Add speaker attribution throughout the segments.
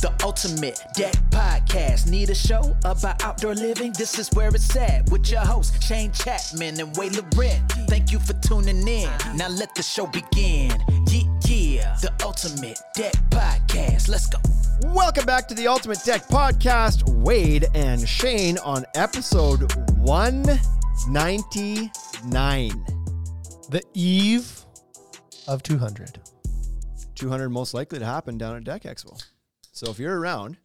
Speaker 1: The ultimate deck podcast. Need a show about outdoor living? This is where it's at with your hosts, Shane Chapman and Way Laurent. Thank you for tuning in. Now let the show begin. Yeah, yeah. The ultimate deck podcast. Let's go.
Speaker 2: Welcome back to the Ultimate Deck Podcast. Wade and Shane on episode 199.
Speaker 3: the eve of 200.
Speaker 2: 200 most likely to happen down at Deck Expo. So if you're around,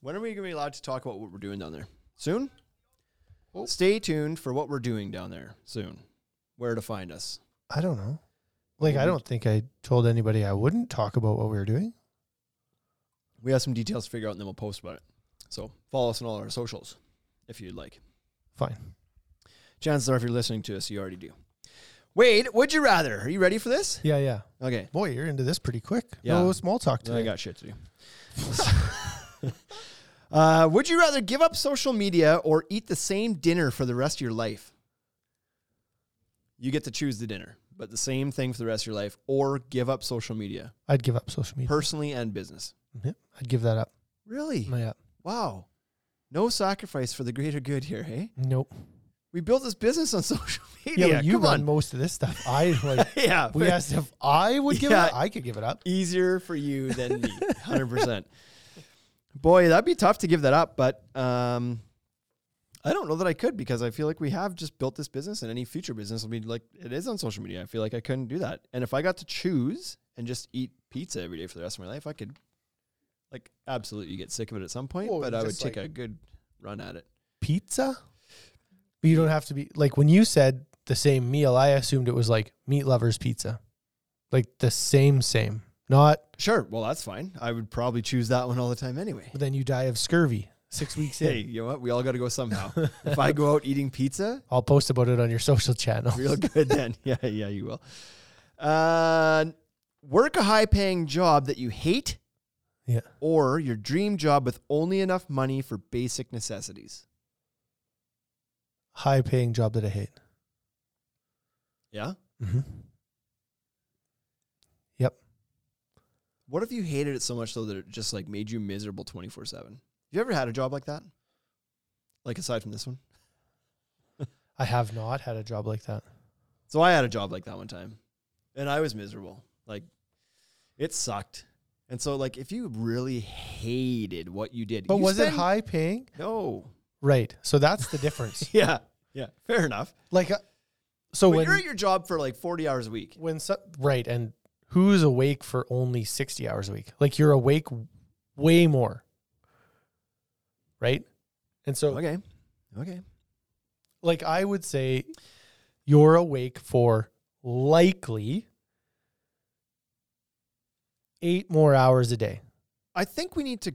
Speaker 2: when are we going to be allowed to talk about what we're doing down there? Soon? Stay tuned for what we're doing down there soon. Where to find us.
Speaker 3: I don't know. Like, I don't think I told anybody I wouldn't talk about what we were doing.
Speaker 2: We have some details to figure out and then we'll post about it. So follow us on all our socials if you'd like.
Speaker 3: Fine.
Speaker 2: Chances are, if you're listening to us, you already do. Wade, would you rather? Are you ready for this?
Speaker 3: Yeah, yeah.
Speaker 2: Okay.
Speaker 3: Boy, you're into this pretty quick.
Speaker 2: Yeah.
Speaker 3: No small talk
Speaker 2: Then I
Speaker 3: today.
Speaker 2: got shit to do. uh, would you rather give up social media or eat the same dinner for the rest of your life? You get to choose the dinner, but the same thing for the rest of your life, or give up social media,
Speaker 3: I'd give up social media.
Speaker 2: personally and business.
Speaker 3: Yep, I'd give that up. uh,
Speaker 2: Really?
Speaker 3: Yeah.
Speaker 2: Wow. No sacrifice for the greater good here, hey?
Speaker 3: Nope.
Speaker 2: We built this business on social
Speaker 3: Yeah,
Speaker 2: media.
Speaker 3: but you
Speaker 2: Come
Speaker 3: run
Speaker 2: on.
Speaker 3: most of this stuff. I like.
Speaker 2: yeah.
Speaker 3: we
Speaker 2: fair.
Speaker 3: asked if I would give
Speaker 2: Yeah.
Speaker 3: it up. I could give it up.
Speaker 2: easier for you than me, hundred percent. Boy, that'd be tough to give that up, but um, I don't know that I could because I feel like we have just built this business, and any future business will be like it is on social media. I feel like I couldn't do that, and if I got to choose and just eat pizza every day for the rest of my life, I could, like, absolutely get sick of it at some point.
Speaker 3: Well,
Speaker 2: but I would
Speaker 3: just
Speaker 2: take
Speaker 3: like-
Speaker 2: a good run at it.
Speaker 3: Pizza? But you don't have to be. Like, when you said the same meal, I assumed it was like meat lovers pizza. Like, the same, same. Not
Speaker 2: Sure, well that's fine. I would probably choose that one all the time anyway.
Speaker 3: But then you die of scurvy six weeks
Speaker 2: Hey,
Speaker 3: in.
Speaker 2: you know what? We all got to go somehow. if I go out eating pizza,
Speaker 3: I'll post about it on your social channel.
Speaker 2: real good then. Yeah, yeah, you will. Uh, work a high paying job that you hate
Speaker 3: Yeah.
Speaker 2: or your dream job with only enough money for basic necessities.
Speaker 3: High paying job that I hate.
Speaker 2: Yeah.
Speaker 3: Mm-hmm. Yep.
Speaker 2: What if you hated it so much though that it just like made you miserable 24 7? You ever had a job like that? Like aside from this one?
Speaker 3: I have not had a job like that.
Speaker 2: So I had a job like that one time and I was miserable. Like it sucked. And so like if you really hated what you did,
Speaker 3: But
Speaker 2: you
Speaker 3: was it
Speaker 2: spend-
Speaker 3: high paying?
Speaker 2: No.
Speaker 3: Right. So that's the difference.
Speaker 2: Yeah. Yeah. Fair enough.
Speaker 3: like, uh, so
Speaker 2: But
Speaker 3: when,
Speaker 2: you're at your job for like 40 hours a week.
Speaker 3: when, so, right. And who's awake for only 60 hours a week? Like, you're awake w- way more. Right. And so,
Speaker 2: Okay. Okay.
Speaker 3: like I would say you're awake for likely eight more hours a day
Speaker 2: I think we need to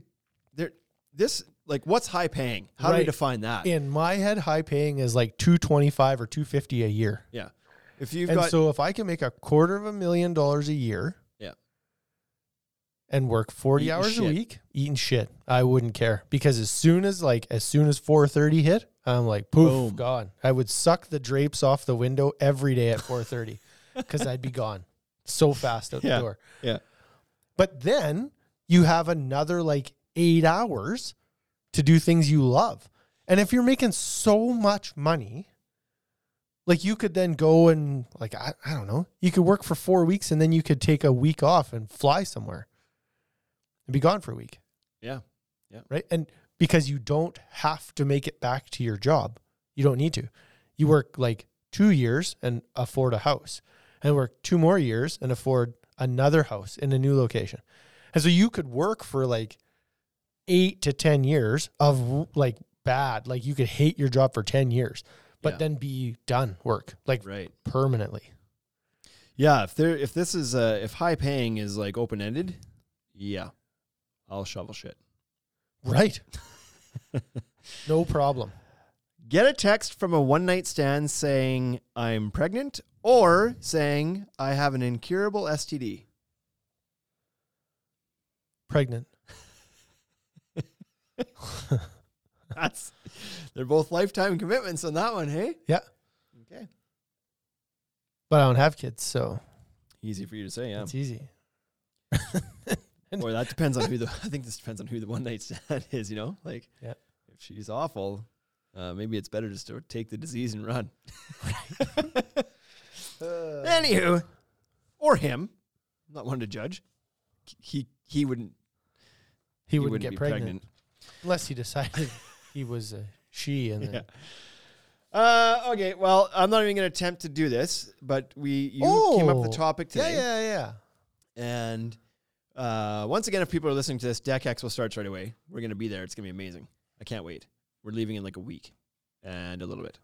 Speaker 2: there this like what's high paying? How do we
Speaker 3: Right.
Speaker 2: define that? Yeah.
Speaker 3: in my head high paying is like 225 or 250 a year
Speaker 2: If you've
Speaker 3: and
Speaker 2: got
Speaker 3: so if i can make a quarter of a million dollars a year
Speaker 2: Yeah.
Speaker 3: and work 40
Speaker 2: Eating
Speaker 3: hours a
Speaker 2: shit.
Speaker 3: week eating shit i wouldn't care because as soon as like as soon as 4.30 hit i'm like poof
Speaker 2: Boom.
Speaker 3: gone i would suck the drapes off the window every day at 4.30 because i'd be gone so fast out
Speaker 2: Yeah.
Speaker 3: the door
Speaker 2: Yeah.
Speaker 3: but then you have another like eight hours to do things you love and if you're making so much money like you could then go and like I, I don't know you could work for four weeks and then you could take a week off and fly somewhere and be gone for a week
Speaker 2: Yeah.
Speaker 3: right and because you don't have to make it back to your job you don't need to you work like two years and afford a house and work two more years and afford another house in a new location and so you could work for like eight to ten years of like bad like you could hate your job for 10 years but
Speaker 2: Yeah.
Speaker 3: then be done work like
Speaker 2: Right.
Speaker 3: permanently.
Speaker 2: Yeah, if there if this is uh if high paying is like open-ended, yeah. I'll shovel shit.
Speaker 3: Right. no problem.
Speaker 2: Get a text from a one-night stand saying I'm pregnant or saying I have an incurable STD.
Speaker 3: Pregnant.
Speaker 2: That's they're both lifetime commitments on that one, hey?
Speaker 3: Yeah.
Speaker 2: Okay.
Speaker 3: But I don't have kids, so
Speaker 2: Easy for you to say, yeah.
Speaker 3: it's easy.
Speaker 2: or that depends on who the. I think this depends on who the one night stand is. You know, like
Speaker 3: Yeah.
Speaker 2: if she's awful, uh, maybe it's better just to take the disease and run. Anywho, or him, I'm not one to judge. He he wouldn't
Speaker 3: he, wouldn't, get
Speaker 2: be
Speaker 3: pregnant, unless he decided he was a she. And then,
Speaker 2: Yeah. Uh, okay, well, I'm not even going to attempt to do this, but we you came up with
Speaker 3: Oh.
Speaker 2: the topic today,
Speaker 3: yeah, yeah.
Speaker 2: and uh, once again, if people are listening to this, DeckX will start right away. We're going to be there. It's going to be amazing. I can't wait. We're leaving in like a week and a little bit.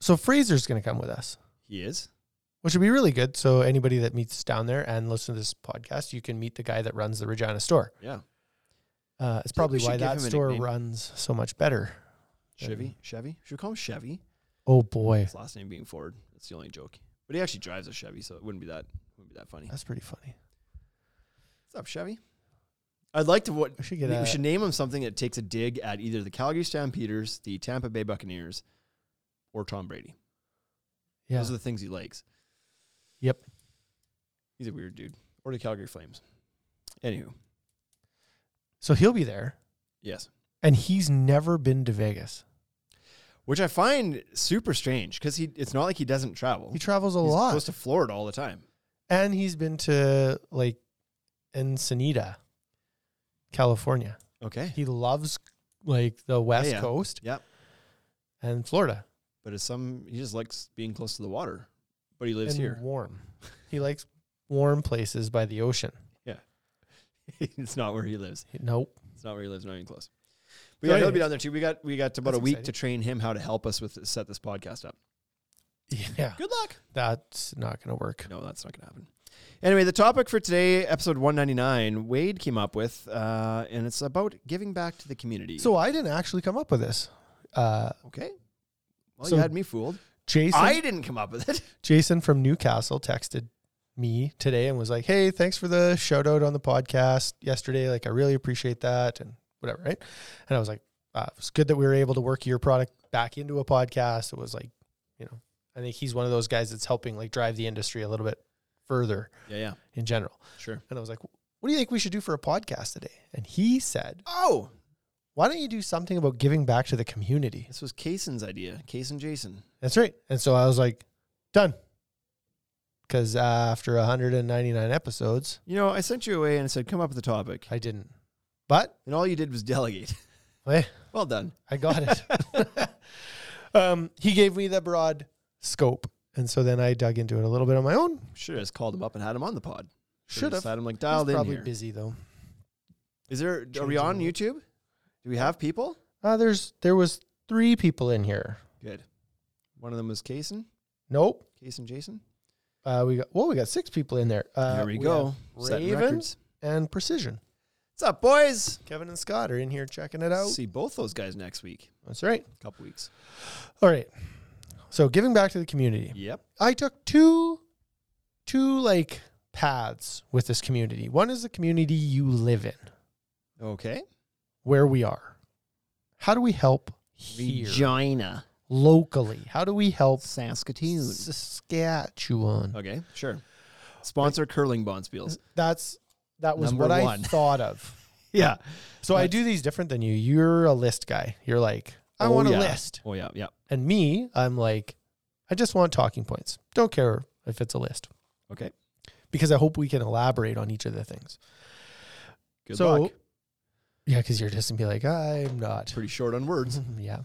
Speaker 3: So Fraser's going to come with us,
Speaker 2: He is.
Speaker 3: which would be really good. So anybody that meets down there and listen to this podcast, you can meet the guy that runs the Regina store.
Speaker 2: Yeah.
Speaker 3: Uh, it's probably
Speaker 2: should
Speaker 3: why
Speaker 2: give
Speaker 3: that
Speaker 2: him a
Speaker 3: store
Speaker 2: nickname.
Speaker 3: runs so much better.
Speaker 2: Chevy. Chevy. Should we call him Chevy?
Speaker 3: Oh boy,
Speaker 2: His last name being Ford. That's the only joke. But he actually drives a Chevy, so it wouldn't be that wouldn't be that funny.
Speaker 3: that's pretty funny.
Speaker 2: What's up, Chevy? I'd like to what
Speaker 3: We should get
Speaker 2: we
Speaker 3: a-
Speaker 2: should name him something that takes a dig at either the Calgary Stampeders, the Tampa Bay Buccaneers, or Tom Brady.
Speaker 3: Yeah.
Speaker 2: Those are the things he likes.
Speaker 3: yep.
Speaker 2: He's a weird dude. Or the Calgary Flames. Anywho,
Speaker 3: So he'll be there,
Speaker 2: yes.
Speaker 3: and he's never been to Vegas.
Speaker 2: Which I find super strange because he it's not like he doesn't travel.
Speaker 3: He travels a
Speaker 2: He's
Speaker 3: lot,
Speaker 2: goes to Florida all the time.
Speaker 3: and he's been to like Ensenada, California.
Speaker 2: Okay.
Speaker 3: He loves like the West
Speaker 2: yeah.
Speaker 3: Coast
Speaker 2: yep.
Speaker 3: and Florida.
Speaker 2: But it's some he just likes being close to the water. But he lives
Speaker 3: and
Speaker 2: here.
Speaker 3: warm. He likes warm places by the ocean.
Speaker 2: it's not where he lives.
Speaker 3: He- Nope.
Speaker 2: It's not where he lives, not even close. But yeah, he'll be
Speaker 3: anyways.
Speaker 2: down there too. We got we got about
Speaker 3: That's
Speaker 2: a week to
Speaker 3: exciting.
Speaker 2: train him how to help us with set this podcast up.
Speaker 3: Yeah.
Speaker 2: Good luck.
Speaker 3: That's not going to work.
Speaker 2: No, that's not going to happen. Anyway, the topic for today, episode 199, Wade came up with, uh, and it's about giving back to the community.
Speaker 3: So I didn't actually come up with this. Uh,
Speaker 2: okay. Well,
Speaker 3: So-
Speaker 2: you had me fooled.
Speaker 3: Jason
Speaker 2: I didn't come up with it.
Speaker 3: Jason from Newcastle texted me today and was like, "Hey, thanks for the shout out on the podcast yesterday. Like, I really appreciate that and whatever, right?" And I was like, uh, "It's good that we were able to work your product back into a podcast." It was like, you know, I think he's one of those guys that's helping like drive the industry a little bit further
Speaker 2: Yeah, yeah,
Speaker 3: in general.
Speaker 2: sure.
Speaker 3: And I was like, "What do you think we should do for a podcast today?" And he said,
Speaker 2: Oh,
Speaker 3: "Why don't you do something about giving back to the community?"
Speaker 2: this was Kason's idea. Kason Jason.
Speaker 3: That's right. And so I was like, done. Because after 199 episodes,
Speaker 2: You know, I sent you away and I said, come up with a topic.
Speaker 3: I didn't. But
Speaker 2: And all you did was delegate.
Speaker 3: hey,
Speaker 2: well done.
Speaker 3: I got it. um, he gave me the broad scope. And so then I dug into it a little bit on my own.
Speaker 2: Should have just called him up and had him on the pod.
Speaker 3: Should have.
Speaker 2: just had him like
Speaker 3: He's
Speaker 2: dialed in
Speaker 3: probably
Speaker 2: here.
Speaker 3: busy though.
Speaker 2: Is there? Are we
Speaker 3: Changing
Speaker 2: on
Speaker 3: the-
Speaker 2: YouTube? Do we have people?
Speaker 3: Uh, there's there was three people in here.
Speaker 2: Good. One of them was Kason.
Speaker 3: Nope.
Speaker 2: Kason Jason.
Speaker 3: Uh, we got well, we got six people in there. Uh,
Speaker 2: there we,
Speaker 3: we
Speaker 2: go.
Speaker 3: have
Speaker 2: Setting
Speaker 3: Raven?
Speaker 2: records.
Speaker 3: And precision.
Speaker 2: What's up, boys?
Speaker 3: Kevin and Scott are in here checking it out.
Speaker 2: See both those guys next week.
Speaker 3: That's right.
Speaker 2: A couple weeks.
Speaker 3: All right. So giving back to the community.
Speaker 2: Yep.
Speaker 3: I took two two like paths with this community. One is the community you live in,
Speaker 2: Okay.
Speaker 3: where we are. How do we help here
Speaker 2: Regina,
Speaker 3: locally? How do we help
Speaker 2: Saskatoon.
Speaker 3: Saskatchewan?
Speaker 2: Okay, sure. Sponsor curling bond spiels.
Speaker 3: That's that was
Speaker 2: Number
Speaker 3: what
Speaker 2: one.
Speaker 3: I thought of.
Speaker 2: Yeah.
Speaker 3: So I do these different than you. You're a list guy. You're like, I
Speaker 2: Oh,
Speaker 3: want a
Speaker 2: yeah.
Speaker 3: list.
Speaker 2: Oh yeah, yeah.
Speaker 3: And me, I'm like, I just want talking points. Don't care if it's a list
Speaker 2: Okay.
Speaker 3: because I hope we can elaborate on each of the things.
Speaker 2: Good
Speaker 3: so,
Speaker 2: luck.
Speaker 3: yeah, because you're just gonna be like, I'm not.
Speaker 2: Pretty short on words.
Speaker 3: yeah.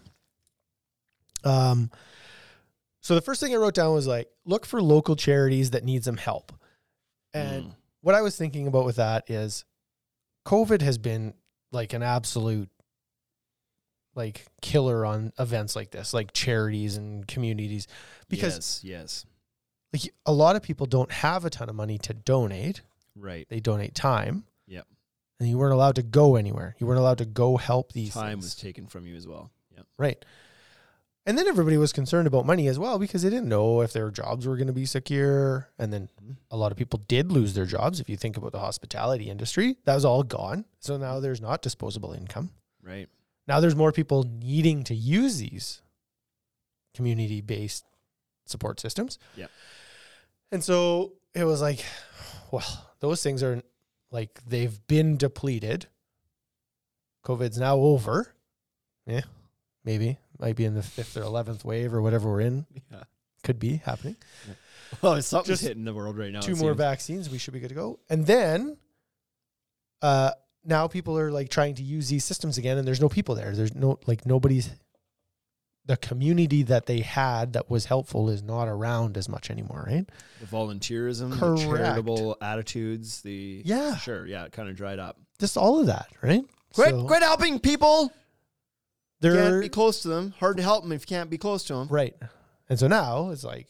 Speaker 3: Um, so the first thing I wrote down was like, look for local charities that need some help. And
Speaker 2: Mm.
Speaker 3: what I was thinking about with that is COVID has been like an absolute like killer on events like this, like charities and communities, because
Speaker 2: yes, yes.
Speaker 3: like a lot of people don't have a ton of money to donate.
Speaker 2: Right.
Speaker 3: They donate time.
Speaker 2: Yep.
Speaker 3: And you weren't allowed to go anywhere. You weren't allowed to go help these
Speaker 2: Time
Speaker 3: things.
Speaker 2: was taken from you as well. Yeah.
Speaker 3: Right. And then everybody was concerned about money as well because they didn't know if their jobs were going to be secure. And then
Speaker 2: Mm-hmm.
Speaker 3: a lot of people did lose their jobs. If you think about the hospitality industry, that was all gone. So now there's not disposable income.
Speaker 2: Right.
Speaker 3: Now there's more people needing to use these community based support systems.
Speaker 2: Yep.
Speaker 3: And so it was like, well, those things are like they've been depleted. COVID's now over. Yeah, maybe might be in the fifth or eleventh wave or whatever we're in.
Speaker 2: Yeah.
Speaker 3: Could be happening.
Speaker 2: Well, something's
Speaker 3: Just
Speaker 2: hitting the world right now.
Speaker 3: Two
Speaker 2: it
Speaker 3: more
Speaker 2: seems.
Speaker 3: vaccines, we should be good to go. And then, uh, now people are like trying to use these systems again, and there's no people there. There's no like nobody's. The community that they had that was helpful is not around as much anymore, right?
Speaker 2: The volunteerism,
Speaker 3: Correct.
Speaker 2: the charitable attitudes, the
Speaker 3: Yeah.
Speaker 2: sure, yeah, it kind of dried up.
Speaker 3: Just all of that, right?
Speaker 2: Quit,
Speaker 3: So
Speaker 2: quit helping people.
Speaker 3: They're
Speaker 2: Can't be close to them. Hard to help them if you can't be close to them.
Speaker 3: Right. And so now it's like,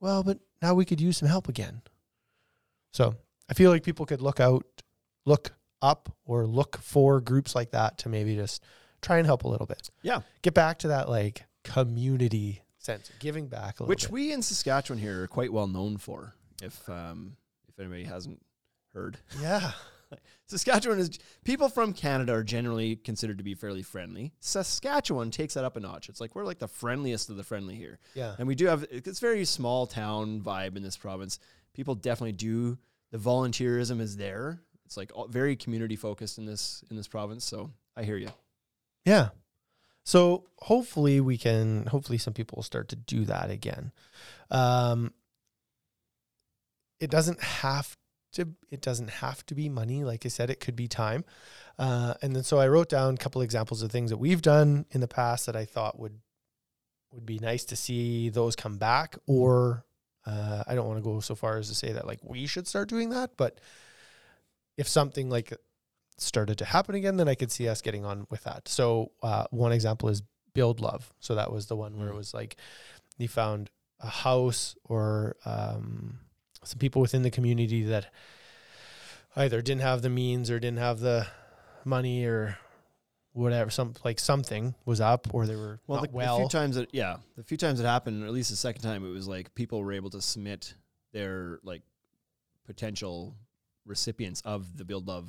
Speaker 3: well, but now we could use some help again. So I feel like people could look out, look up, or look for groups like that to maybe just try and help a little bit.
Speaker 2: Yeah,
Speaker 3: Get back to that like community sense, of giving back a little
Speaker 2: which
Speaker 3: bit.
Speaker 2: we in Saskatchewan here are quite well known for. If um, if anybody hasn't heard,
Speaker 3: yeah.
Speaker 2: Saskatchewan is people from Canada are generally considered to be fairly friendly. Saskatchewan takes that up a notch. It's like we're like the friendliest of the friendly here.
Speaker 3: Yeah.
Speaker 2: And we do have it's very small town vibe in this province. People definitely do the volunteerism is there. It's like all, very community focused in this in this province. So I hear you.
Speaker 3: Yeah. So hopefully we can hopefully some people will start to do that again. Um it doesn't have to it doesn't have to be money. Like I said, it could be time. Uh and then so I wrote down a couple examples of things that we've done in the past that I thought would would be nice to see those come back or uh, I don't want to go so far as to say that like we should start doing that, but if something like started to happen again, then I could see us getting on with that. So uh, one example is build love. So that was the one
Speaker 2: Mm.
Speaker 3: where it was like you found a house or um, some people within the community that either didn't have the means or didn't have the money or whatever some like something was up or they were
Speaker 2: Well,
Speaker 3: not
Speaker 2: the, the
Speaker 3: well
Speaker 2: few times that yeah, the few times it happened, or at least the second time, it was like people were able to submit their like potential recipients of the Build Love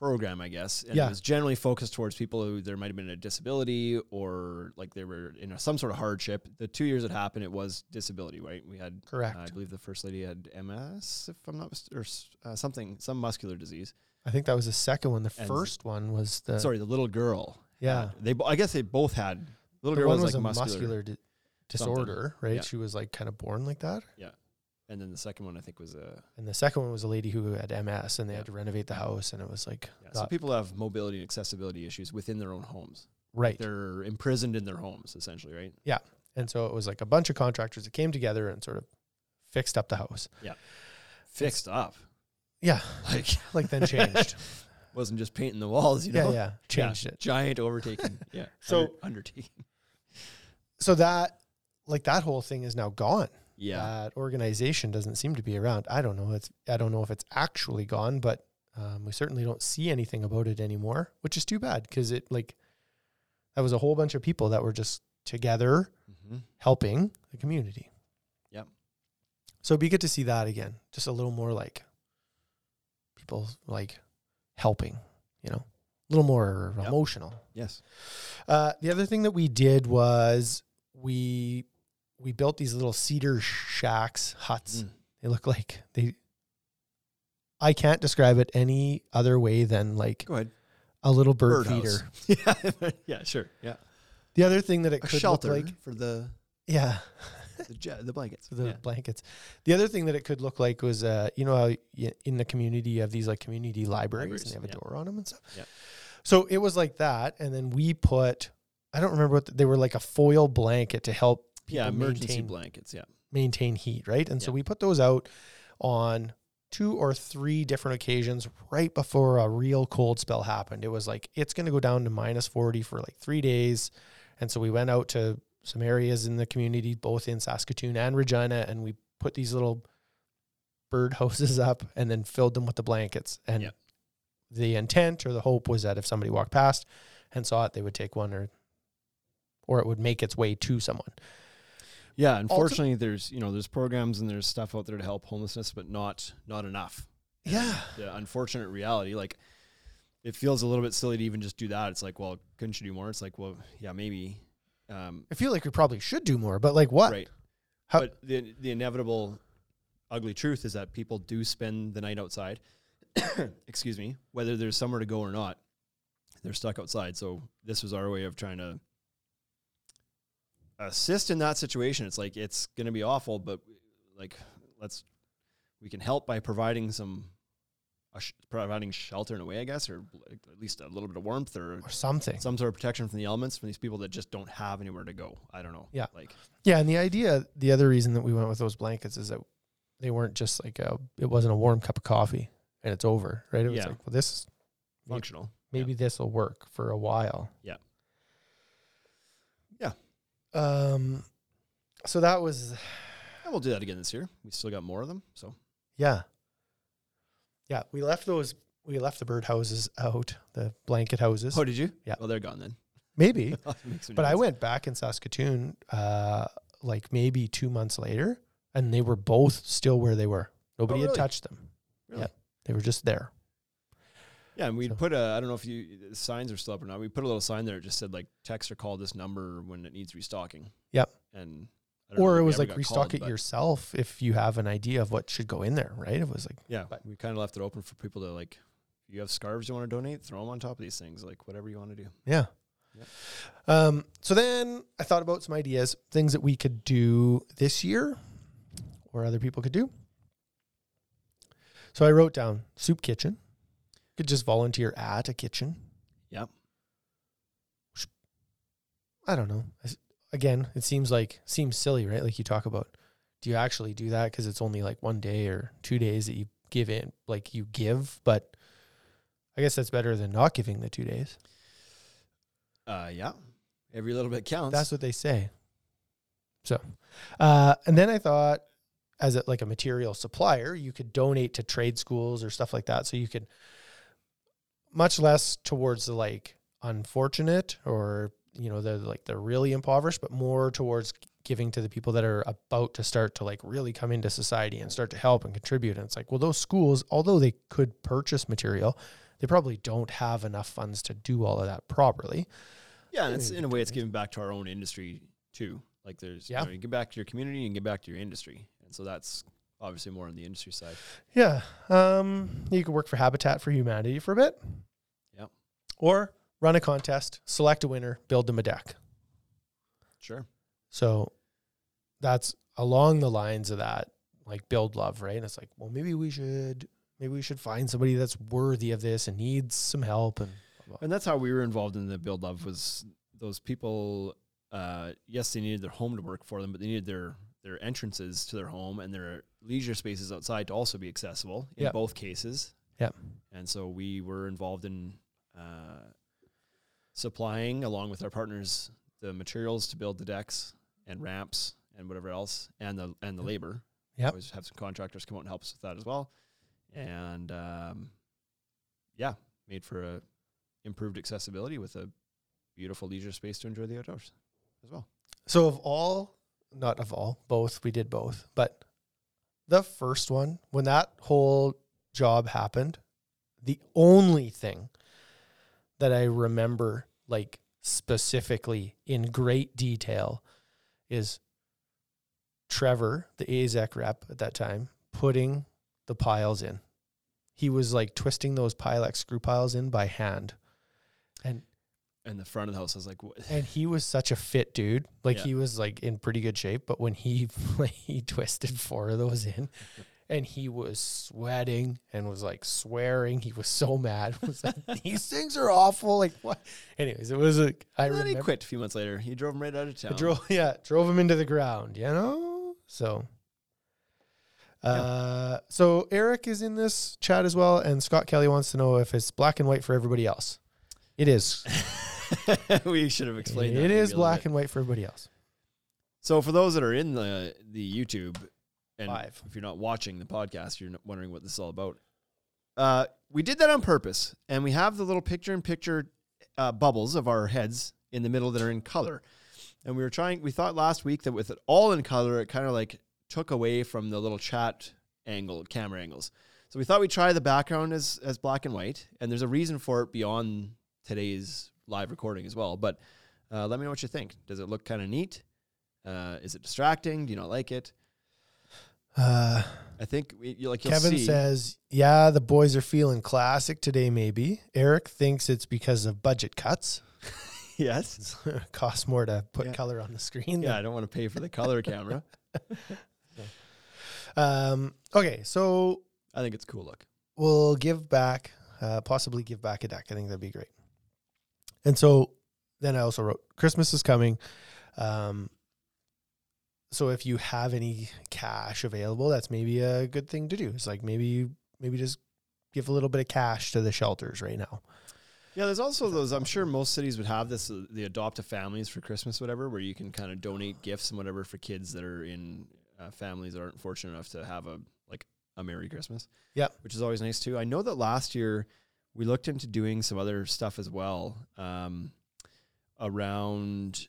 Speaker 2: program, I guess. And
Speaker 3: Yeah.
Speaker 2: it was generally focused towards people who there might have been a disability or like they were in some sort of hardship. The two years it happened, it was disability, right? We had
Speaker 3: correct
Speaker 2: Uh, I believe the first lady had MS, if I'm not, mis- or s- uh, something, some muscular disease.
Speaker 3: I think that was the second one. The
Speaker 2: And-
Speaker 3: first one was the
Speaker 2: Sorry, the little girl.
Speaker 3: Uh, Yeah,
Speaker 2: They, bo- I guess they both had. Little
Speaker 3: the
Speaker 2: girl
Speaker 3: one
Speaker 2: was
Speaker 3: was
Speaker 2: like
Speaker 3: a
Speaker 2: muscular,
Speaker 3: muscular, di- disorder, right?
Speaker 2: Yeah.
Speaker 3: She was like kind of born like that.
Speaker 2: and then the second one I think was uh, a.
Speaker 3: And the second one was a lady who had MS, and they
Speaker 2: Yeah.
Speaker 3: had to renovate the house, and it was like
Speaker 2: Yeah, so
Speaker 3: not
Speaker 2: people have mobility and accessibility issues within their own homes.
Speaker 3: right.
Speaker 2: They're imprisoned in their homes, essentially, right?
Speaker 3: And so it was like a bunch of contractors that came together and sort of fixed up the house.
Speaker 2: Fixed up,
Speaker 3: Yeah,
Speaker 2: like
Speaker 3: like then changed.
Speaker 2: wasn't just painting the walls, you
Speaker 3: yeah,
Speaker 2: know.
Speaker 3: yeah, changed it.
Speaker 2: Giant overtaking. Yeah.
Speaker 3: So-
Speaker 2: under- undertaking.
Speaker 3: So that like that whole thing is now gone.
Speaker 2: Yeah.
Speaker 3: that organization doesn't seem to be around. I don't know. It's I don't know if it's actually gone, but um, we certainly don't see anything about it anymore, which is too bad because it like that was a whole bunch of people that were just together
Speaker 2: hmm
Speaker 3: helping the community.
Speaker 2: Yep.
Speaker 3: So it'd be good to see that again, just a little more like people like helping, you know, a little more
Speaker 2: Yep.
Speaker 3: emotional.
Speaker 2: Yes.
Speaker 3: Uh, the other thing that we did was we we built these little cedar shacks huts.
Speaker 2: Mm.
Speaker 3: They look like they. I can't describe it any other way than like
Speaker 2: Go ahead.
Speaker 3: a little bird
Speaker 2: Birdhouse.
Speaker 3: feeder.
Speaker 2: yeah. yeah. Sure. Yeah.
Speaker 3: The other thing that it
Speaker 2: A
Speaker 3: could
Speaker 2: shelter
Speaker 3: look like,
Speaker 2: for the
Speaker 3: yeah,
Speaker 2: the, ja- the blankets.
Speaker 3: for the
Speaker 2: yeah.
Speaker 3: blankets. The other thing that it could look like was, uh, you know, how y- in the community you have these like community libraries,
Speaker 2: Libraries,
Speaker 3: and they have a
Speaker 2: yeah.
Speaker 3: door on them and stuff.
Speaker 2: Yeah.
Speaker 3: So it was like that, and then we put. I don't remember what the, they were like a foil blanket to help people
Speaker 2: yeah, emergency
Speaker 3: maintain
Speaker 2: blankets. Yeah.
Speaker 3: maintain heat, right? And so
Speaker 2: Yeah.
Speaker 3: we put those out on two or three different occasions right before a real cold spell happened. It was like it's going to go down to minus 40 for like 3 days. And so we went out to some areas in the community both in Saskatoon and Regina and we put these little bird houses up and then filled them with the blankets and
Speaker 2: Yeah.
Speaker 3: the intent or the hope was that if somebody walked past and saw it they would take one or or it would make its way to someone.
Speaker 2: Yeah. Unfortunately, there's you know there's programs and there's stuff out there to help homelessness, but not not enough.
Speaker 3: Yeah.
Speaker 2: The unfortunate reality, like it feels a little bit silly to even just do that. It's like, well, couldn't you do more? It's like, well, yeah, maybe. Um,
Speaker 3: I feel like we probably should do more, but like what?
Speaker 2: right.
Speaker 3: How-
Speaker 2: but the the inevitable ugly truth is that people do spend the night outside. excuse me, whether there's somewhere to go or not, they're stuck outside. So this was our way of trying to assist in that situation. It's like it's going to be awful, but like let's we can help by providing some a sh- providing shelter in a way, I guess, or like, at least a little bit of warmth or
Speaker 3: or something.
Speaker 2: some sort of protection from the elements from these people that just don't have anywhere to go. I don't know.
Speaker 3: Yeah.
Speaker 2: like
Speaker 3: Yeah, and the idea, the other reason that we went with those blankets is that they weren't just like a, it wasn't a warm cup of coffee and it's over, right? It was
Speaker 2: Yeah.
Speaker 3: like, well, this Maybe-
Speaker 2: functional.
Speaker 3: maybe this will work for a while.
Speaker 2: Yeah. Yeah.
Speaker 3: Um, so that was
Speaker 2: And we'll do that again this year. We still got more of them, so
Speaker 3: yeah, yeah. We left those. We left the bird houses out, the blanket houses.
Speaker 2: Oh, did you?
Speaker 3: Yeah.
Speaker 2: Well, they're gone then.
Speaker 3: Maybe,
Speaker 2: Makes me
Speaker 3: but I
Speaker 2: nervous.
Speaker 3: went back in Saskatoon, uh, like maybe two months later, and they were both still where they were. Nobody
Speaker 2: Oh, really?
Speaker 3: had touched them.
Speaker 2: Really?
Speaker 3: Yeah, they were just there.
Speaker 2: Yeah, and we
Speaker 3: So-
Speaker 2: would put a. I don't know if you the signs are still up or not. We put a little sign there. It just said like text or call this number when it needs restocking.
Speaker 3: Yep.
Speaker 2: And I don't know
Speaker 3: Or
Speaker 2: if
Speaker 3: it
Speaker 2: we
Speaker 3: was
Speaker 2: ever
Speaker 3: like
Speaker 2: got
Speaker 3: restock
Speaker 2: called,
Speaker 3: it
Speaker 2: but
Speaker 3: yourself if you have an idea of what should go in there, right? It was like
Speaker 2: Yeah,
Speaker 3: but-
Speaker 2: we kind of left it open for people to like. You have scarves you want to donate? Throw them on top of these things, like whatever you want to do.
Speaker 3: Yeah.
Speaker 2: Yep.
Speaker 3: Um, so then I thought about some ideas, things that we could do this year or other people could do. So I wrote down soup kitchen. Could just volunteer at a kitchen.
Speaker 2: Yep.
Speaker 3: I don't know. I s- Again, it seems like seems silly, right? Like you talk about. Do you actually do that cuz it's only like one day or two days that you give in like you give, but I guess that's better than not giving the 2 days.
Speaker 2: Uh, yeah, every little bit counts.
Speaker 3: That's what they say. So, uh, and then I thought, as a, like a material supplier, you could donate to trade schools or stuff like that. So you could, much less towards the like unfortunate or you know the like the really impoverished, but more towards giving to the people that are about to start to like really come into society and start to help and contribute. And it's like, well, those schools, although they could purchase material, they probably don't have enough funds to do all of that properly.
Speaker 2: yeah, and it's in a way it's giving back to our own industry too. Like there's, you
Speaker 3: Yeah.
Speaker 2: know, you give back to your community and give back to your industry, and so that's obviously more on the industry side.
Speaker 3: Yeah. Um, you could work for Habitat for Humanity for a bit.
Speaker 2: Yep.
Speaker 3: Or run a contest, select a winner, build them a deck.
Speaker 2: Sure.
Speaker 3: So that's along the lines of that, like build love, right? And it's like, well, maybe we should, maybe we should find somebody that's worthy of this and needs some help. And
Speaker 2: And that's how we were involved in the build love was those people. Uh, yes, they needed their home to work for them, but they needed their their entrances to their home and their leisure spaces outside to also be accessible in
Speaker 3: Yep.
Speaker 2: both cases.
Speaker 3: Yep.
Speaker 2: And so we were involved in uh, supplying, along with our partners, the materials to build the decks and ramps and whatever else, and the and the labor.
Speaker 3: Yep.
Speaker 2: Always have some contractors come out and help us with that as well. And um, yeah, made for a improved accessibility with a beautiful leisure space to enjoy the outdoors as well.
Speaker 3: so of all, not of all, both, we did both, but the first one, when that whole job happened, the only thing that I remember, like specifically in great detail, is Trevor, the AZEC rep at that time, putting the piles in. He was like twisting those Pilex screw piles in by hand. And
Speaker 2: And the front of the house, I was like, what?
Speaker 3: and he was such a fit dude. Like
Speaker 2: Yeah.
Speaker 3: he was like in pretty good shape, but when he like, he twisted four of those in and he was sweating and was like swearing. He was so mad. It was like these things are awful. Like what anyways, it was like I
Speaker 2: And then he
Speaker 3: remember
Speaker 2: quit a few months later. He drove him right out of town.
Speaker 3: I drove yeah, drove him into the ground, you know? So uh so Eric is in this chat as well and Scott Kelly wants to know if it's black and white for everybody else. It is.
Speaker 2: we should have explained that.
Speaker 3: it
Speaker 2: maybe
Speaker 3: is
Speaker 2: a little
Speaker 3: black
Speaker 2: bit.
Speaker 3: and white for everybody else.
Speaker 2: So for those that are in the the YouTube and
Speaker 3: Live.
Speaker 2: if you're not watching the podcast, you're not wondering what this is all about. Uh, we did that on purpose, and we have the little picture-in-picture uh, bubbles of our heads in the middle that are in color. And we were trying. We thought last week that with it all in color, it kind of like took away from the little chat angle, camera angles. So we thought we'd try the background as as black and white. And there's a reason for it beyond today's live recording as well. But uh, let me know what you think. Does it look kind of neat? Uh, is it distracting? Do you not like it?
Speaker 3: Uh,
Speaker 2: I think we, you, like you'll
Speaker 3: Kevin
Speaker 2: see.
Speaker 3: says, "Yeah, the boys are feeling classic today. Maybe Eric thinks it's because of budget cuts.
Speaker 2: yes.
Speaker 3: Costs more to put
Speaker 2: Yeah.
Speaker 3: color on the screen.
Speaker 2: Yeah,
Speaker 3: than
Speaker 2: I don't want to pay for the color camera.
Speaker 3: Um, okay, so
Speaker 2: I think it's a cool look.
Speaker 3: we'll give back, uh, possibly give back a deck. I think that'd be great. And so then I also wrote, Christmas is coming. Um, so if you have any cash available, that's maybe a good thing to do. It's like maybe you maybe just give a little bit of cash to the shelters right now.
Speaker 2: Yeah, there's also those. I'm sure most cities would have this, uh, the adopt a families for Christmas, whatever, where you can kind of donate gifts and whatever for kids that are in uh, families that aren't fortunate enough to have a like a Merry Christmas.
Speaker 3: Yep.
Speaker 2: which is always nice too. I know that last year we looked into doing some other stuff as well um, around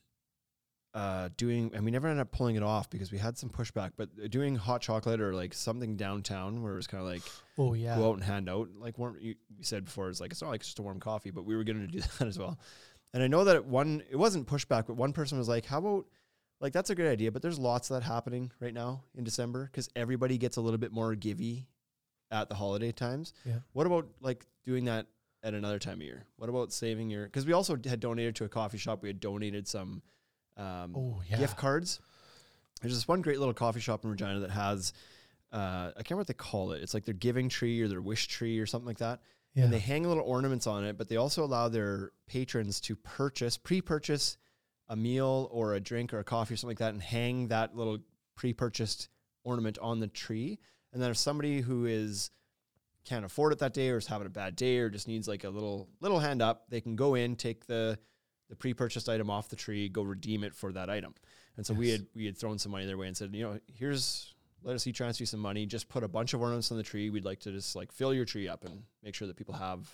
Speaker 2: uh, doing, and we never ended up pulling it off because we had some pushback. But uh, doing hot chocolate or like something downtown where it was kind of like
Speaker 3: Oh yeah.
Speaker 2: go out and hand out like warm. You, you said before it's like it's not like just a warm coffee, but we were going to do that as well. And I know that one it wasn't pushback, but one person was like, "How about like that's a great idea?" But there's lots of that happening right now in December because everybody gets a little bit more givey at the holiday times.
Speaker 3: Yeah.
Speaker 2: What about like doing that at another time of year? What about saving your? Because we also had donated to a coffee shop. We had donated some um,
Speaker 3: oh yeah.
Speaker 2: gift cards. There's this one great little coffee shop in Regina that has, uh, I can't remember what they call it. It's like their giving tree or their wish tree or something like that.
Speaker 3: yeah.
Speaker 2: And they hang little ornaments on it, but they also allow their patrons to purchase, pre purchase a meal or a drink or a coffee or something like that and hang that little pre purchased ornament on the tree. And then if somebody who is can't afford it that day or is having a bad day or just needs like a little little hand up, they can go in, take the the pre-purchased item off the tree, go redeem it for that item. And so we
Speaker 3: Yes.
Speaker 2: had we had thrown some money their way and said, you know, here's let us see transfer you some money. Just put a bunch of ornaments on the tree. We'd like to just like fill your tree up and make sure that people have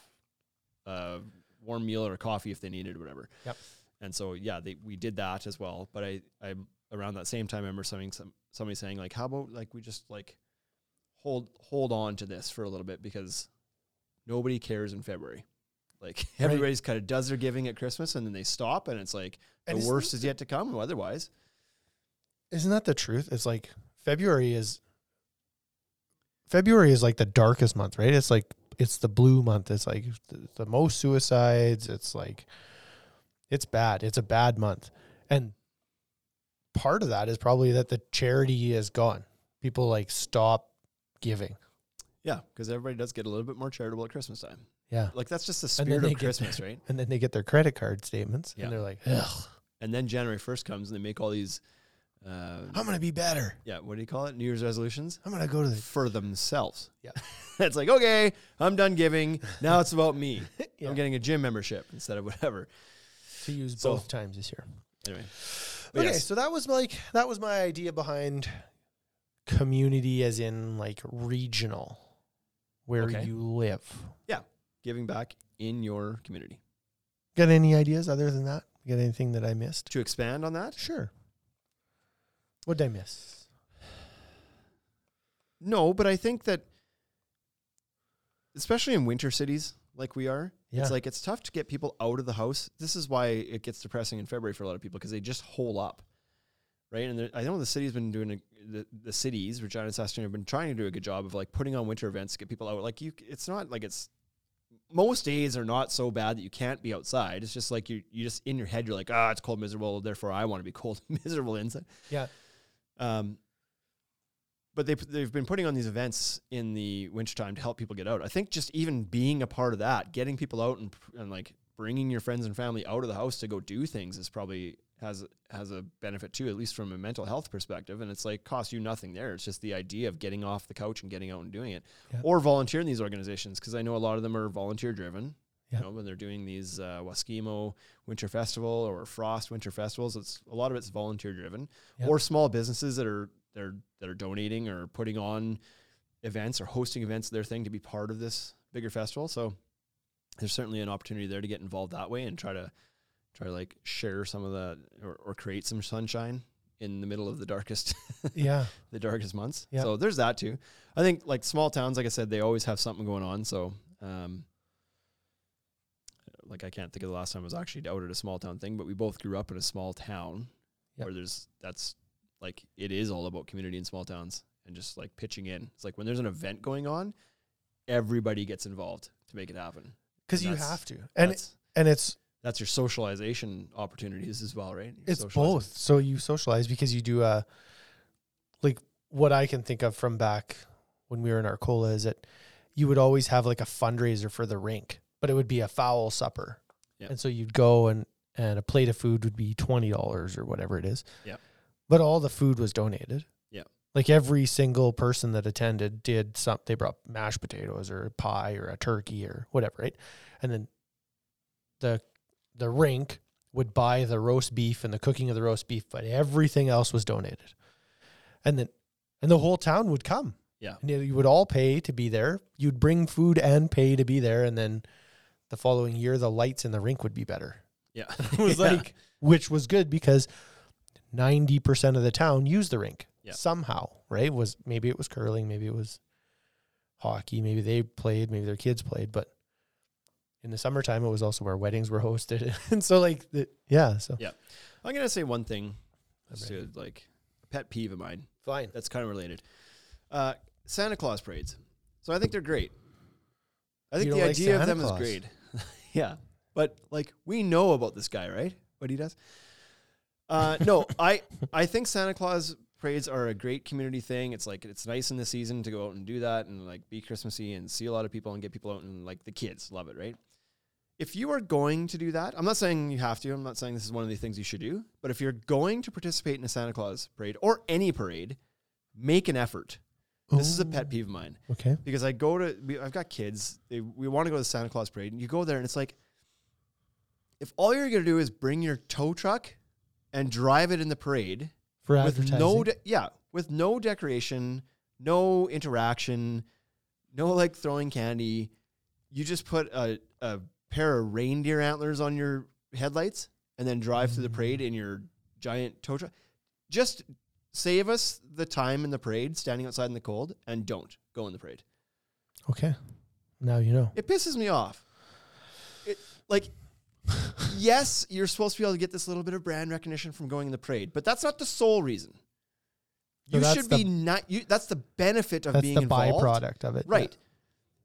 Speaker 2: a warm meal or a coffee if they needed or whatever.
Speaker 3: Yep.
Speaker 2: And so yeah, they, we did that as well. But I I around that same time I remember something some somebody saying like, how about like we just like hold hold on to this for a little bit because nobody cares in February. Like
Speaker 3: Right.
Speaker 2: everybody's kind of does their giving at Christmas and then they stop and it's like
Speaker 3: And
Speaker 2: the
Speaker 3: isn't
Speaker 2: worst
Speaker 3: that
Speaker 2: is yet to come. Otherwise,
Speaker 3: isn't that the truth? It's like February is February is like the darkest month, right? It's like it's the blue month. It's like the, the most suicides. It's like it's bad. It's a bad month. And part of that is probably that the charity is gone. People like stop giving.
Speaker 2: yeah, because everybody does get a little bit more charitable at Christmas time.
Speaker 3: Yeah.
Speaker 2: Like that's just the
Speaker 3: And then
Speaker 2: spirit
Speaker 3: they
Speaker 2: of
Speaker 3: get
Speaker 2: Christmas, right?
Speaker 3: And then they get their credit card statements
Speaker 2: Yeah.
Speaker 3: and they're like, Ugh,
Speaker 2: And then January first comes and they make all these, uh,
Speaker 3: I'm gonna be better.
Speaker 2: yeah, what do you call it? New Year's resolutions
Speaker 3: I'm gonna go to the
Speaker 2: for themselves.
Speaker 3: Yeah.
Speaker 2: it's like okay, I'm done giving. Now it's about me.
Speaker 3: Yeah.
Speaker 2: I'm getting a gym membership instead of whatever.
Speaker 3: to use
Speaker 2: So-
Speaker 3: both times this year.
Speaker 2: Anyway, But
Speaker 3: Okay,
Speaker 2: yes.
Speaker 3: so that was like that was my idea behind community as in like regional where
Speaker 2: Okay.
Speaker 3: you live.
Speaker 2: giving back in your community.
Speaker 3: Got any ideas other than that? Got anything that I missed?
Speaker 2: To expand on that,
Speaker 3: Sure. What did I miss?
Speaker 2: No, but I think that especially in winter cities like we are,
Speaker 3: Yeah.
Speaker 2: it's like it's tough to get people out of the house. This is why it gets depressing in February for a lot of people because they just hole up. Right? And there, I know the city's been doing a, the, the cities, Regina and Saskatoon have been trying to do a good job of like putting on winter events, get people out. Like you it's not like it's most days are not so bad that you can't be outside. It's just like you you just in your head you're like, "Ah, it's cold miserable, therefore I want to be cold miserable inside."
Speaker 3: Yeah.
Speaker 2: Um, but they they've been putting on these events in the wintertime to help people get out. I think just even being a part of that, getting people out and and like bringing your friends and family out of the house to go do things is probably has has a benefit too, at least from a mental health perspective. And it's like costs you nothing there. It's just the idea of getting off the couch and getting out and doing it,
Speaker 3: Yeah.
Speaker 2: or volunteer in these organizations because I know a lot of them are volunteer driven.
Speaker 3: Yeah.
Speaker 2: You know, when they're doing these uh, Waskimo Winter Festival or Frost Winter Festivals, it's a lot of it's volunteer driven
Speaker 3: Yep.
Speaker 2: or small businesses that are they're that are donating or putting on events or hosting events their thing to be part of this bigger festival so there's certainly an opportunity there to get involved that way and try to try to like share some of the or, or create some sunshine in the middle of the darkest
Speaker 3: Yeah.
Speaker 2: the darkest months
Speaker 3: Yeah.
Speaker 2: so there's that too i think like small towns like i said they always have something going on so um like i can't think of the last time i was actually out at a small town thing but we both grew up in a small town
Speaker 3: Yeah.
Speaker 2: where there's that's like it is all about community in small towns and and just like pitching in. It's like when there's an event going on, everybody gets involved to make it happen.
Speaker 3: because
Speaker 2: And
Speaker 3: you
Speaker 2: that's-
Speaker 3: have to, and
Speaker 2: that's,
Speaker 3: and it's
Speaker 2: that's your socialization opportunities as well, right? You're
Speaker 3: it's
Speaker 2: socializing.
Speaker 3: both. So you socialize because you do uh like what I can think of from back when we were in Arcola is that you would always have like a fundraiser for the rink, but it would be a foul supper.
Speaker 2: Yeah.
Speaker 3: And so you'd go and and a plate of food would be twenty dollars or whatever it is.
Speaker 2: Yeah.
Speaker 3: But all the food was donated.
Speaker 2: Yeah.
Speaker 3: Like every single person that attended did some they brought mashed potatoes or a pie or a turkey or whatever, right? And then the the rink would buy the roast beef and the cooking of the roast beef, but everything else was donated. And then and the whole town would come.
Speaker 2: Yeah.
Speaker 3: And you you would all pay to be there. You'd bring food and pay to be there. And then the following year the lights in the rink would be better.
Speaker 2: Yeah.
Speaker 3: It was
Speaker 2: Yeah.
Speaker 3: like which was good because ninety percent of the town used the rink
Speaker 2: Yeah.
Speaker 3: somehow, right? was maybe it was curling, maybe it was hockey, maybe they played, maybe their kids played, but in the summertime it was also where weddings were hosted. and so like the, yeah, so
Speaker 2: Yeah. I'm gonna say one thing, just
Speaker 3: Okay.
Speaker 2: to, like pet peeve of mine.
Speaker 3: fine.
Speaker 2: That's kind of related. Uh, Santa Claus parades. So I think they're great. I think
Speaker 3: You
Speaker 2: the
Speaker 3: don't like
Speaker 2: idea of
Speaker 3: Santa
Speaker 2: them
Speaker 3: Claus?
Speaker 2: is great. yeah, but like we know about this guy, right? What he does. Uh, no, I I think Santa Claus parades are a great community thing. It's like it's nice in the season to go out and do that and like be Christmassy and see a lot of people and get people out and like the kids love it, right? If you are going to do that, I'm not saying you have to. I'm not saying this is one of the things you should do. But if you're going to participate in a Santa Claus parade or any parade, make an effort. This is a pet peeve of mine
Speaker 3: Okay.
Speaker 2: because I go to we, I've got kids. They, we want to go to the Santa Claus parade, and you go there, and it's like if all you're gonna do is bring your tow truck and drive it in the parade
Speaker 3: For
Speaker 2: with
Speaker 3: advertising.
Speaker 2: no de- yeah with no decoration, no interaction, no like throwing candy. You just put a, a pair of reindeer antlers on your headlights and then drive through the parade in your giant tow truck. Just save us the time in the parade, standing outside in the cold, and don't go in the parade.
Speaker 3: okay. Now you know.
Speaker 2: It pisses me off. It, like, yes, you're supposed to be able to get this little bit of brand recognition from going in the parade, but that's not the sole reason.
Speaker 3: No,
Speaker 2: You
Speaker 3: that's
Speaker 2: should
Speaker 3: the-
Speaker 2: be not. You, that's the benefit of
Speaker 3: That's
Speaker 2: being
Speaker 3: the
Speaker 2: involved,
Speaker 3: byproduct of it. yeah.
Speaker 2: right?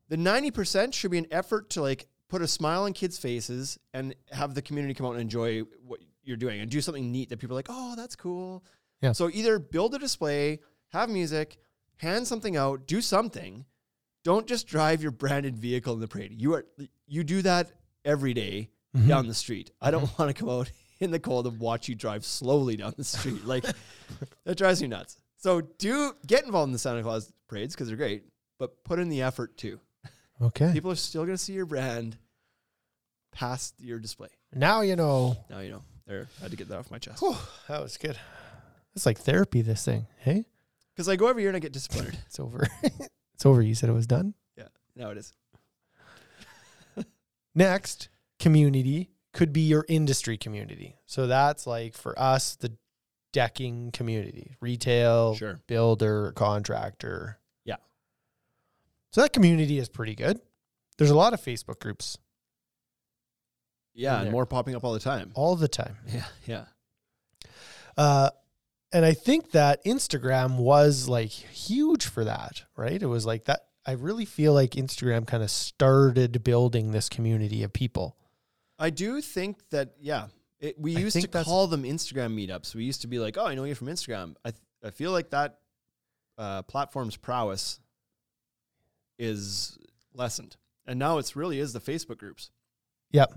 Speaker 2: The ninety percent should be an effort to like put a smile on kids' faces and have the community come out and enjoy what you're doing and do something neat that people are like, oh, that's cool.
Speaker 3: Yeah.
Speaker 2: So either build a display, have music, hand something out, do something. Don't just drive your branded vehicle in the parade. You are you do that every day
Speaker 3: Mhm.
Speaker 2: down the street. I don't want to come out in the cold and watch you drive slowly down the street. Like that drives me nuts. So do get involved in the Santa Claus parades because they're great, but put in the effort too.
Speaker 3: Okay.
Speaker 2: People are still gonna see your brand past your display.
Speaker 3: now you know.
Speaker 2: Now you know. There, I had to get that off my chest.
Speaker 3: Whew, that was good. It's like therapy, this thing. Hey,
Speaker 2: Because I go every year and I get disappointed.
Speaker 3: it's over. it's over. You said it was done.
Speaker 2: yeah, now it is.
Speaker 3: Next, community could be your industry community. So that's like for us, the decking community, retail,
Speaker 2: Sure.
Speaker 3: builder, contractor.
Speaker 2: Yeah.
Speaker 3: So that community is pretty good. There's a lot of Facebook groups
Speaker 2: Yeah, and
Speaker 3: there.
Speaker 2: more popping up all the time.
Speaker 3: all the time.
Speaker 2: Yeah, yeah.
Speaker 3: Uh, and I think that Instagram was like huge for that, right? It was like that. I really feel like Instagram kind of started building this community of people.
Speaker 2: I do think that yeah, it, we
Speaker 3: I
Speaker 2: used to
Speaker 3: think that's-
Speaker 2: call them Instagram meetups. We used to be like, oh, I know you from Instagram. I th- I feel like that uh, platform's prowess is lessened, and now it's really is the Facebook groups.
Speaker 3: Yep.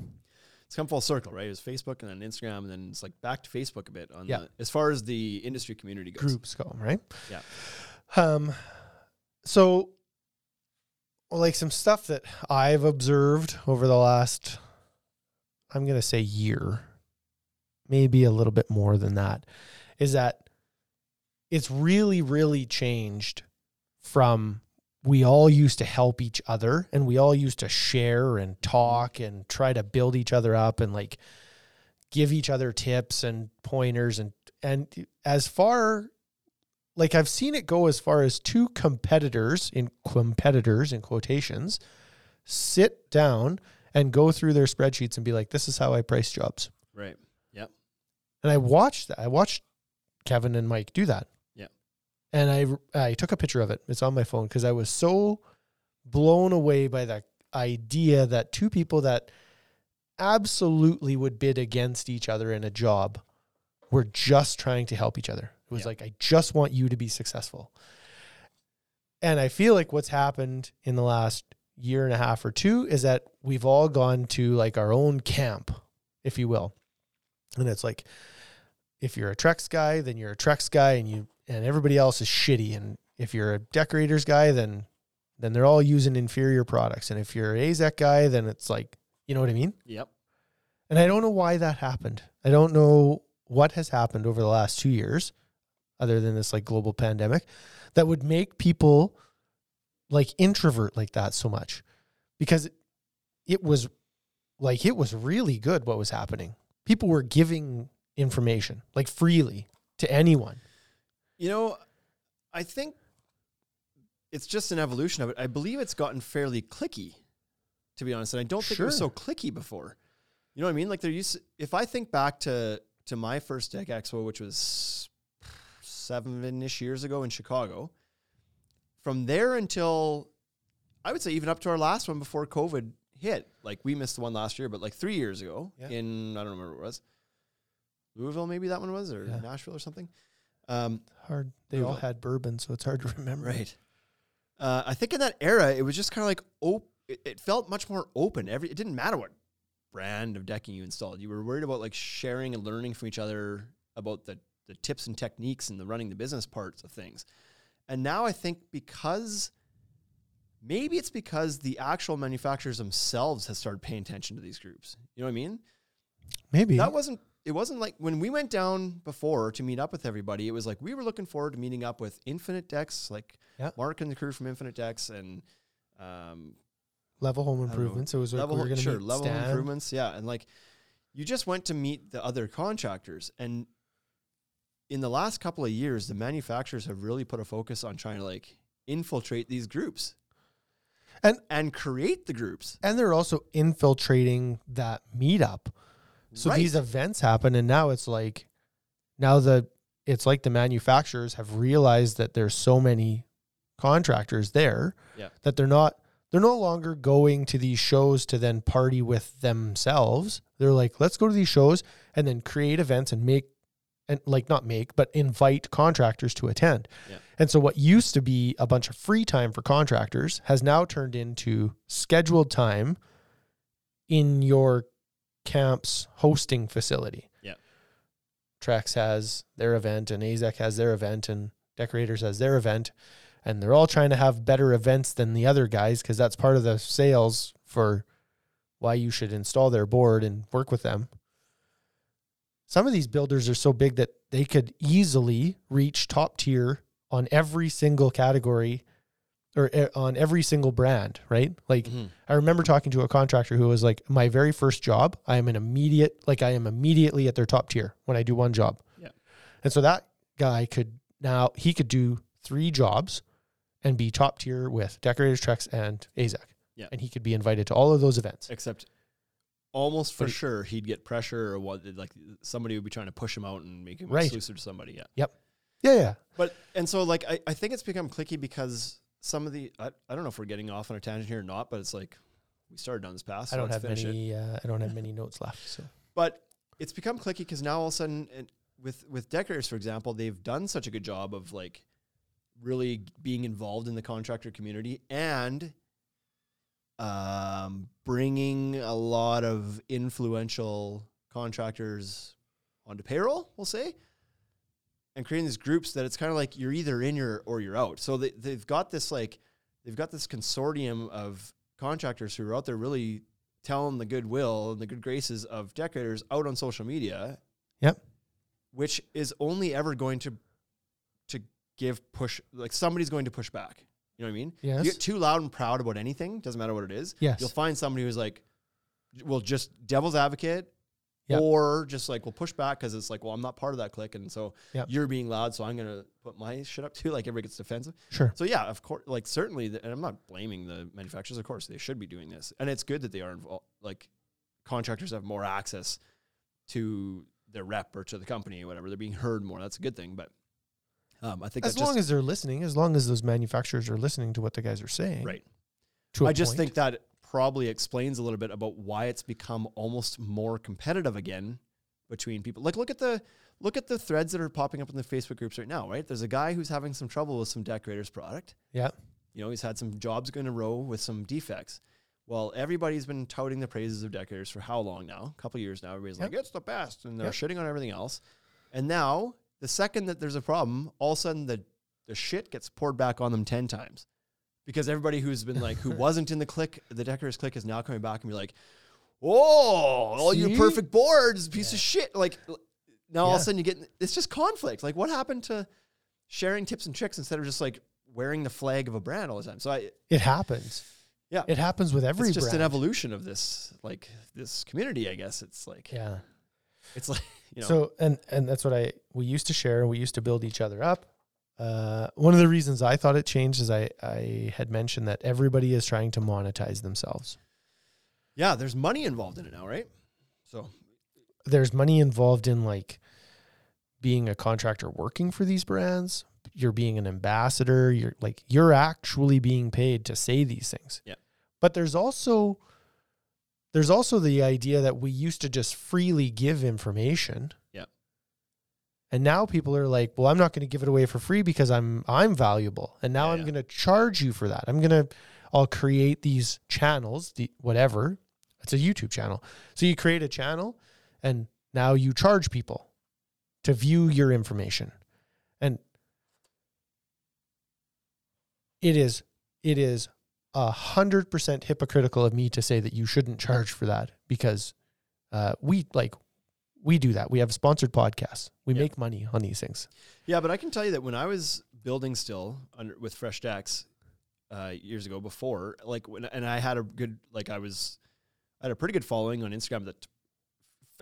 Speaker 2: It's come full circle, right? It was Facebook and then Instagram, and then it's like back to Facebook a bit on
Speaker 3: Yeah.
Speaker 2: the, as far as the industry community goes.
Speaker 3: Groups go, right?
Speaker 2: Yeah.
Speaker 3: Um, so, well, like some stuff that I've observed over the last, I'm going to say year, maybe a little bit more than that, is that it's really, really changed from we all used to help each other and we all used to share and talk and try to build each other up and like give each other tips and pointers and and as far like I've seen it go as far as two competitors in competitors in quotations sit down and go through their spreadsheets and be like, this is how I price jobs.
Speaker 2: Right. Yep.
Speaker 3: And I watched that. I watched Kevin and Mike do that.
Speaker 2: Yeah.
Speaker 3: and I I took a picture of it. It's on my phone because I was so blown away by the idea that two people that absolutely would bid against each other in a job were just trying to help each other. It was
Speaker 2: Yeah.
Speaker 3: like I just want you to be successful. And I feel like what's happened in the last year and a half or two is that we've all gone to like our own camp, if you will. And it's like if you're a Trex guy, then you're a Trex guy and you and everybody else is shitty. And if you're a decorators guy, then then they're all using inferior products. And if you're an AZEC guy, then it's like, you know what I mean?
Speaker 2: Yep.
Speaker 3: And I don't know why that happened. I don't know what has happened over the last two years, other than this like global pandemic, that would make people like introvert like that so much. Because it, it was like it was really good what was happening. People were giving information like freely to anyone.
Speaker 2: You know, I think it's just an evolution of it. I believe it's gotten fairly clicky, to be honest. And I don't think it was so
Speaker 3: Sure.
Speaker 2: clicky before. You know what I mean? Like there used to- if I think back to to my first deck expo, which was seven ish years ago in Chicago, from there until I would say even up to our last one before COVID hit. Like we missed the one last year, but like three years ago
Speaker 3: Yeah.
Speaker 2: in I don't remember what it was. Louisville, maybe that one was, or
Speaker 3: Yeah.
Speaker 2: Nashville or something. Um,
Speaker 3: Hard. They all
Speaker 2: Louisville.
Speaker 3: had bourbon, so it's hard to remember.
Speaker 2: Right. Uh, I think in that era, it was just kind of like op- it, it felt much more open. Every it didn't matter what brand of decking you installed. You were worried about like sharing and learning from each other about the the tips and techniques and the running the business parts of things. And now I think because maybe it's because the actual manufacturers themselves have started paying attention to these groups. You know what I mean?
Speaker 3: Maybe.
Speaker 2: that wasn't it wasn't like when we went down before to meet up with everybody it was like we were looking forward to meeting up with infinite decks like
Speaker 3: Yeah.
Speaker 2: mark and the crew from infinite decks and um
Speaker 3: level
Speaker 2: I
Speaker 3: home
Speaker 2: don't know,
Speaker 3: improvements. It was like
Speaker 2: level
Speaker 3: we were
Speaker 2: home-
Speaker 3: going to
Speaker 2: sure,
Speaker 3: meet
Speaker 2: level
Speaker 3: Stan.
Speaker 2: home improvements yeah and like you just went to meet the other contractors and in the last couple of years the manufacturers have really put a focus on trying to like infiltrate these groups
Speaker 3: And-
Speaker 2: and create the groups
Speaker 3: and they're also infiltrating that meetup. So
Speaker 2: Right.
Speaker 3: these events happen, and now it's like, now the it's like the manufacturers have realized that there's so many contractors there
Speaker 2: Yeah.
Speaker 3: that they're not they're no longer going to these shows to then party with themselves. They're like, let's go to these shows and then create events and make and like not make but invite contractors to attend.
Speaker 2: Yeah.
Speaker 3: And so what used to be a bunch of free time for contractors has now turned into scheduled time in your camp's hosting facility.
Speaker 2: Yeah.
Speaker 3: Trex has their event and AZEC has their event and Decorators has their event. And they're all trying to have better events than the other guys because that's part of the sales for why you should install their board and work with them. Some of these builders are so big that they could easily reach top tier on every single category or eh, on every single brand, right? Like I remember talking to a contractor who was like, "My very first job, I am an immediate, like I am immediately at their top tier when I do one job."
Speaker 2: Yeah.
Speaker 3: and so that guy could now he could do three jobs and be top tier with Decorators, Trex, and Azac.
Speaker 2: Yeah.
Speaker 3: and he could be invited to all of those events.
Speaker 2: except almost for
Speaker 3: But he-
Speaker 2: sure he'd get pressure or what like somebody would be trying to push him out and make him
Speaker 3: Right.
Speaker 2: exclusive to somebody yeah
Speaker 3: Yeah, yeah,
Speaker 2: but and so like I, I think it's become clicky because some of the I, I don't know if we're getting off on a tangent here or not but it's like we started down this path so
Speaker 3: I don't
Speaker 2: let's
Speaker 3: have
Speaker 2: finish it
Speaker 3: many. Uh, I don't have many notes left. So
Speaker 2: but it's become clicky because now all of a sudden and with with decorators for example they've done such a good job of like really being involved in the contractor community and um, bringing a lot of influential contractors onto payroll we'll say and creating these groups that it's kind of like you're either in your or you're out so they, they've got this like they've got this consortium of contractors who are out there really telling the goodwill and the good graces of decorators out on social media.
Speaker 3: Yep.
Speaker 2: Which is only ever going to to give push like somebody's going to push back. You know what I mean?
Speaker 3: yes,
Speaker 2: You get too loud and proud about anything, doesn't matter what it is.
Speaker 3: Yes.
Speaker 2: You'll find somebody who's like, well, just devil's advocate.
Speaker 3: Yep.
Speaker 2: Or just like we'll push back because it's like, well, I'm not part of that clique, and so
Speaker 3: Yep.
Speaker 2: you're being loud, so I'm gonna put my shit up too. Like everybody gets defensive.
Speaker 3: sure.
Speaker 2: So yeah, of course, like certainly, the, and I'm not blaming the manufacturers. Of course, they should be doing this, and it's good that they are involved. Like contractors have more access to their rep or to the company or whatever. They're being heard more. That's a good thing. But Um, I think
Speaker 3: As
Speaker 2: that
Speaker 3: long
Speaker 2: just,
Speaker 3: as they're listening, as long as those manufacturers are listening to what the guys are saying.
Speaker 2: right.
Speaker 3: To a
Speaker 2: I just
Speaker 3: point.
Speaker 2: think that probably explains a little bit about why it's become almost more competitive again between people. Like look at the look at the threads that are popping up in the Facebook groups right now, right? There's a guy who's having some trouble with some decorators product.
Speaker 3: Yeah.
Speaker 2: You know, he's had some jobs in a row with some defects. Well, everybody's been touting the praises of decorators for how long now? A couple years now. Everybody's like, it's the best. And they're
Speaker 3: Yep.
Speaker 2: shitting on everything else. And now, the second that there's a problem, all of a sudden the, the shit gets poured back on them 10 times. Because everybody who's been like, who wasn't in the click, the decorators click is now coming back and be like, oh, all your
Speaker 3: See?
Speaker 2: perfect boards, piece of shit. Like, l- now all of
Speaker 3: Yeah.
Speaker 2: a sudden you get, it's just conflict. Like, what happened to sharing tips and tricks instead of just like wearing the flag of a brand all the time? So I,
Speaker 3: It happens.
Speaker 2: Yeah.
Speaker 3: It happens with every
Speaker 2: it's just
Speaker 3: brand.
Speaker 2: an evolution of this like this community i guess it's like
Speaker 3: yeah.
Speaker 2: it's like you know
Speaker 3: So and and that's what I we used to share. We used to build each other up. Uh, one of the reasons I thought it changed is I I had mentioned that everybody is trying to monetize themselves.
Speaker 2: yeah there's money involved in it now right so
Speaker 3: There's money involved in like being a contractor working for these brands. You're being an ambassador. You're like you're actually being paid to say these things.
Speaker 2: Yeah.
Speaker 3: But there's also there's also the idea that we used to just freely give information.
Speaker 2: Yeah.
Speaker 3: And now people are like, "Well, I'm not going to give it away for free because I'm I'm valuable." And now
Speaker 2: Yeah,
Speaker 3: I'm
Speaker 2: yeah.
Speaker 3: going to charge you for that. I'm going to I'll create these channels, the whatever. It's a YouTube channel. So you create a channel and now you charge people to view your information. And it is it is a hundred percent hypocritical of me to say that you shouldn't charge for that because uh, we like we do that. We have sponsored podcasts. We
Speaker 2: Yeah.
Speaker 3: make money on these things.
Speaker 2: yeah but i can tell you that when i was building still under with fresh decks uh, years ago before like when and i had a good like i was i had a pretty good following on instagram that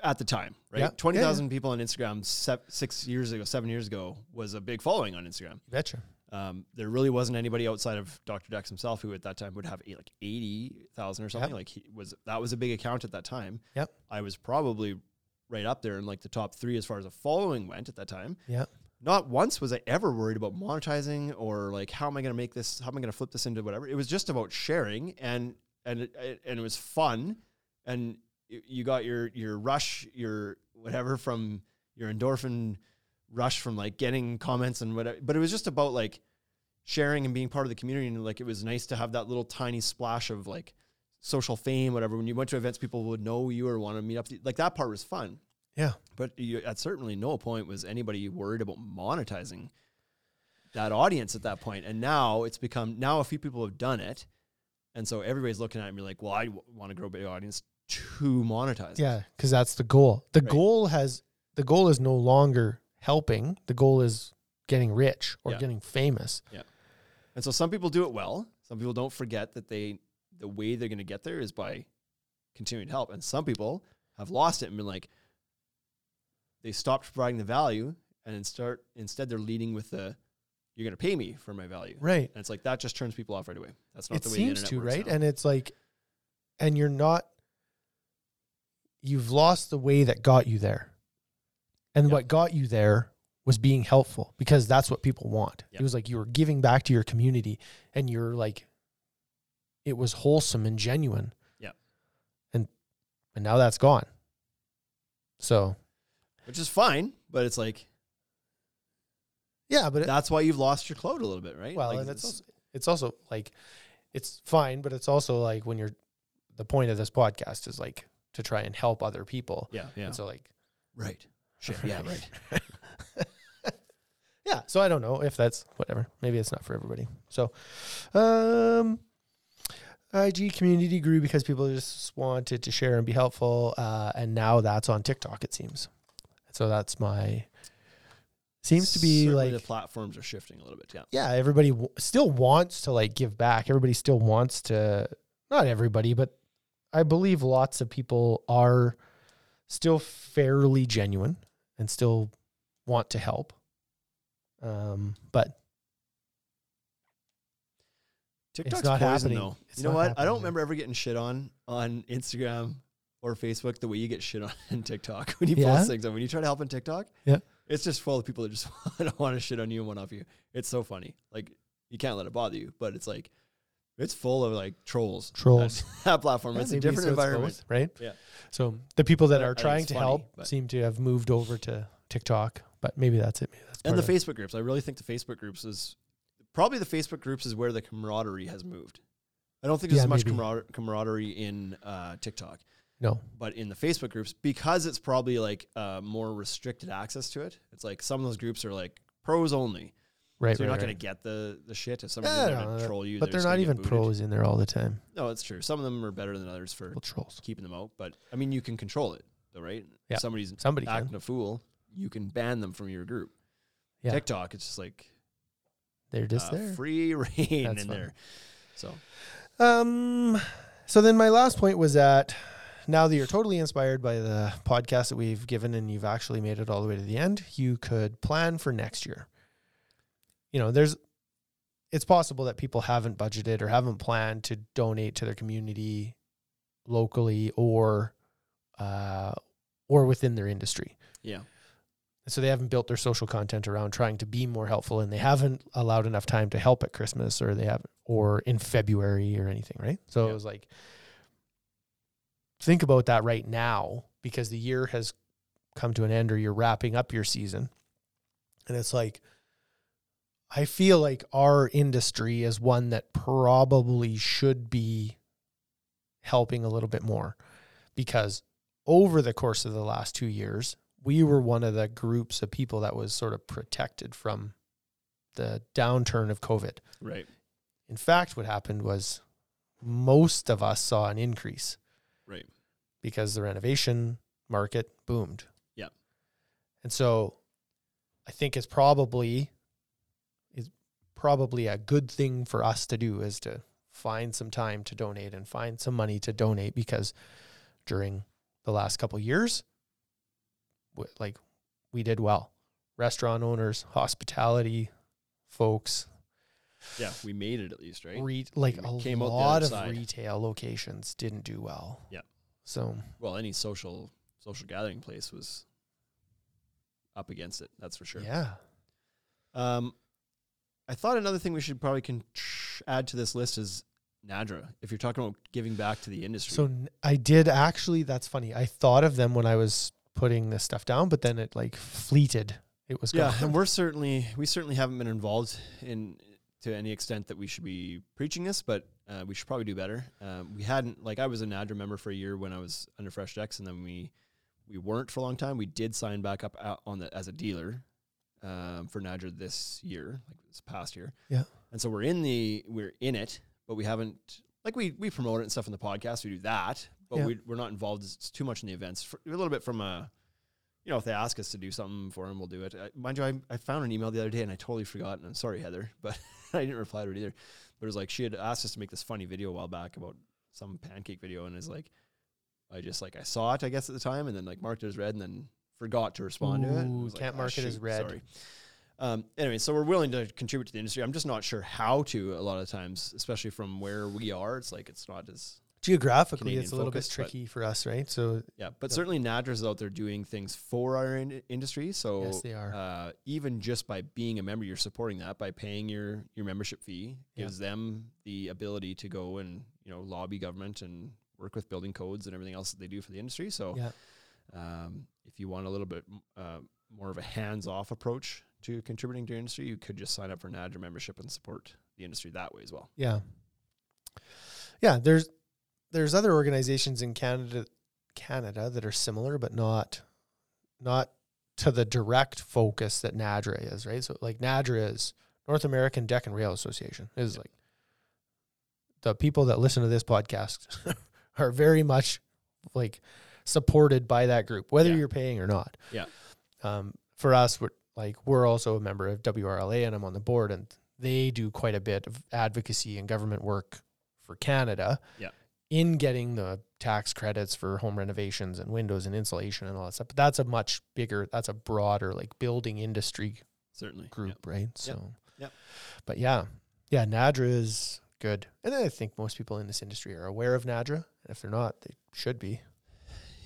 Speaker 2: at the time right
Speaker 3: Yeah. Yeah, yeah.
Speaker 2: 20000 people on instagram se- six years ago seven years ago was a big following on instagram
Speaker 3: You betcha.
Speaker 2: Um, there really wasn't anybody outside of Dr. Dex himself who at that time would have eight, like 80,000 or something.
Speaker 3: Yep.
Speaker 2: Like he was, that was a big account at that time.
Speaker 3: Yep.
Speaker 2: I was probably right up there in like the top three as far as a following went at that time.
Speaker 3: Yeah.
Speaker 2: Not once was I ever worried about monetizing or like, how am I going to make this? How am I going to flip this into whatever? It was just about sharing and, and, it- it, and it was fun. And y- you got your, your rush, your whatever from your endorphin rush from like getting comments and whatever. But it was just about like sharing and being part of the community. And like it was nice to have that little tiny splash of like social fame, whatever. When you went to events, people would know you or want to meet up. Like that part was fun.
Speaker 3: Yeah.
Speaker 2: But you, at certainly no point was anybody worried about monetizing that audience at that point. And now it's become now a few people have done it, and so everybody's looking at me like, "Well, I w- want to grow a big audience to monetize." it."
Speaker 3: Yeah, because that's the goal. The
Speaker 2: Right.
Speaker 3: goal has the goal is no longer helping. The goal is getting rich or
Speaker 2: Yeah.
Speaker 3: getting famous.
Speaker 2: And so some people do it well. Some people don't forget that they the way they're going to get there is by continuing to help. And some people have lost it and been like they stopped providing the value and then start instead they're leading with the you're going to pay me for my value.
Speaker 3: Right.
Speaker 2: And it's like that just turns people off right away. That's not
Speaker 3: it
Speaker 2: the way
Speaker 3: seems
Speaker 2: the internet
Speaker 3: to,
Speaker 2: works
Speaker 3: right?
Speaker 2: now.
Speaker 3: And it's like and you're not you've lost the way that got you there. And
Speaker 2: Yep.
Speaker 3: what got you there was being helpful because that's what people want.
Speaker 2: Yep.
Speaker 3: It was like you were giving back to your community and you're like it was wholesome and genuine.
Speaker 2: Yep.
Speaker 3: And and now that's gone. So
Speaker 2: which is fine, but it's like
Speaker 3: yeah, but it,
Speaker 2: that's why you've lost your clout a little bit, right?
Speaker 3: Well,
Speaker 2: Like,
Speaker 3: and it's
Speaker 2: it's-
Speaker 3: also, it's also like it's fine, but it's also like when you're the point of this podcast is like to try and help other people.
Speaker 2: yeah, yeah.
Speaker 3: And so like
Speaker 2: right. Sure. Yeah, right.
Speaker 3: yeah, so I don't know if that's whatever. Maybe it's not for everybody. So um IG community grew because people just wanted to share and be helpful uh and now that's on TikTok it seems. So that's my seems to be
Speaker 2: Certainly
Speaker 3: like
Speaker 2: the platforms are shifting a little bit, yeah.
Speaker 3: yeah, everybody w- still wants to like give back. Everybody still wants to, not everybody, but I believe lots of people are still fairly genuine and still want to help. Um, but
Speaker 2: TikTok's
Speaker 3: not
Speaker 2: poison,
Speaker 3: happening.
Speaker 2: though.
Speaker 3: It's
Speaker 2: you know
Speaker 3: not
Speaker 2: what? I
Speaker 3: happening,
Speaker 2: don't
Speaker 3: man.
Speaker 2: remember ever getting shit on on Instagram or Facebook the way you get shit on in TikTok when you
Speaker 3: Yeah?
Speaker 2: post things and when you try to help on TikTok.
Speaker 3: Yeah.
Speaker 2: It's just full of people that just want to shit on you and one off you. It's so funny. Like you can't let it bother you, but it's like it's full of like trolls.
Speaker 3: Trolls.
Speaker 2: That, that platform. it's a
Speaker 3: Maybe
Speaker 2: different
Speaker 3: so it's
Speaker 2: environment.
Speaker 3: both, right?
Speaker 2: Yeah.
Speaker 3: So the people that
Speaker 2: I
Speaker 3: are
Speaker 2: think
Speaker 3: trying
Speaker 2: it's
Speaker 3: to
Speaker 2: funny,
Speaker 3: help
Speaker 2: but-
Speaker 3: seem to have moved over to TikTok, but maybe that's it. Maybe that's
Speaker 2: And
Speaker 3: part
Speaker 2: the
Speaker 3: of it.
Speaker 2: Facebook groups. I really think the Facebook groups is probably the Facebook groups is where the camaraderie has moved. I don't think there's
Speaker 3: Yeah,
Speaker 2: as much
Speaker 3: maybe.
Speaker 2: camarader- camaraderie in uh, TikTok.
Speaker 3: no.
Speaker 2: but in the Facebook groups, because it's probably like uh, more restricted access to it, it's like some of those groups are like pros only.
Speaker 3: Right.
Speaker 2: so you're
Speaker 3: right,
Speaker 2: not going
Speaker 3: right.
Speaker 2: to get the, the shit. If someone's
Speaker 3: Yeah,
Speaker 2: in there
Speaker 3: no,
Speaker 2: to
Speaker 3: they're-
Speaker 2: troll you,
Speaker 3: but they're
Speaker 2: just
Speaker 3: not
Speaker 2: gonna get
Speaker 3: even
Speaker 2: booted.
Speaker 3: pros in there all the time.
Speaker 2: No, it's true. Some of them are better than others for
Speaker 3: Little trolls.
Speaker 2: keeping them out. But I mean, you can control it, though, right?
Speaker 3: Yeah.
Speaker 2: If somebody's
Speaker 3: Somebody can.
Speaker 2: acting a fool, you can ban them from your group.
Speaker 3: Yeah.
Speaker 2: TikTok, it's just like
Speaker 3: They're just
Speaker 2: uh,
Speaker 3: there.
Speaker 2: free reign
Speaker 3: That's
Speaker 2: in
Speaker 3: fun.
Speaker 2: there. So
Speaker 3: Um, so then my last point was that now that you're totally inspired by the podcast that we've given and you've actually made it all the way to the end, you could plan for next year. You know, there's it's possible that people haven't budgeted or haven't planned to donate to their community locally or uh or within their industry.
Speaker 2: yeah,
Speaker 3: And so they haven't built their social content around trying to be more helpful and they haven't allowed enough time to help at Christmas or they have or in February or anything, right? So
Speaker 2: Yeah.
Speaker 3: it was like think about that right now because the year has come to an end or you're wrapping up your season. And it's like I feel like our industry is one that probably should be helping a little bit more because over the course of the last 2 years we were one of the groups of people that was sort of protected from the downturn of COVID.
Speaker 2: right.
Speaker 3: In fact, what happened was most of us saw an increase.
Speaker 2: Right.
Speaker 3: Because the renovation market boomed.
Speaker 2: Yeah.
Speaker 3: And so I think it's probably is probably a good thing for us to do is to find some time to donate and find some money to donate because during the last couple years w- like we did well. Restaurant owners, hospitality folks,
Speaker 2: Yeah, we made it at least, right?
Speaker 3: re- like
Speaker 2: We
Speaker 3: a
Speaker 2: came out the
Speaker 3: lot
Speaker 2: other
Speaker 3: of
Speaker 2: side.
Speaker 3: retail locations didn't do well.
Speaker 2: Yeah.
Speaker 3: So
Speaker 2: well, any social social gathering place was up against it. That's for sure.
Speaker 3: yeah,
Speaker 2: Um, I thought another thing we should probably con- tr- add to this list is Nadra. If you're talking about giving back to the industry,
Speaker 3: so n- I did actually. That's funny. I thought of them when I was putting this stuff down, but then it like fleeted. It was
Speaker 2: yeah,
Speaker 3: gone.
Speaker 2: and we're certainly we certainly haven't been involved in to any extent that we should be preaching this, but uh, we should probably do better. Um, we hadn't like I was a Nadra member for a year when I was under Fresh Decks, and then we we weren't for a long time. We did sign back up out on the as a dealer um, for Nadra this year, like this past year.
Speaker 3: Yeah.
Speaker 2: and so we're in the we're in it, but we haven't like we we promote it and stuff in the podcast. We do that, but
Speaker 3: Yeah.
Speaker 2: we we're not involved as- too much in the events. For, a little bit from a you know, if they ask us to do something for them, we'll do it. I, mind you, I, I found an email the other day and I totally forgot. And I'm sorry, Heather, but I didn't reply to it either. But it was like she had asked us to make this funny video a while back about some pancake video, and it's like I just like I saw it, I guess at the time, and then like marked it as red, and then forgot to respond to it. and
Speaker 3: Ooh,
Speaker 2: I was like,
Speaker 3: can't
Speaker 2: "Ah,
Speaker 3: mark it as
Speaker 2: shoot,
Speaker 3: red."
Speaker 2: Sorry. Um, anyway, so we're willing to contribute to the industry. I'm just not sure how to a lot of times, especially from where we are. It's like it's not as
Speaker 3: Geographically,
Speaker 2: Canadian
Speaker 3: it's a little
Speaker 2: focus,
Speaker 3: bit
Speaker 2: but-
Speaker 3: tricky for us, right? So
Speaker 2: yeah, but certainly Nadra's out there doing things for our in- industry. So
Speaker 3: Yes, they are.
Speaker 2: Uh, even just by being a member, you're supporting that by paying your your membership fee
Speaker 3: Yeah.
Speaker 2: gives them the ability to go and you know lobby government and work with building codes and everything else that they do for the industry. So
Speaker 3: yeah,
Speaker 2: um, if you want a little bit uh, more of a hands off approach to contributing to your industry, you could just sign up for Nadra membership and support the industry that way as well.
Speaker 3: yeah, yeah. There's there's other organizations in Canada Canada that are similar, but not not to the direct focus that NADRA is, right? So like NADRA is North American Deck and Rail Association. It is like the people that listen to this podcast are very much like supported by that group, whether
Speaker 2: Yeah.
Speaker 3: you're paying or not.
Speaker 2: Yeah.
Speaker 3: Um, for us, we're like we're also a member of WRLA, and I'm on the board, and they do quite a bit of advocacy and government work for Canada.
Speaker 2: Yeah.
Speaker 3: In getting the tax credits for home renovations and windows and insulation and all that stuff, but that's a much bigger, that's a broader like building industry
Speaker 2: Certainly,
Speaker 3: group, right? So,
Speaker 2: Yep.
Speaker 3: But yeah, yeah, Nadra is good, and I think most people in this industry are aware of Nadra. If they're not, they should be.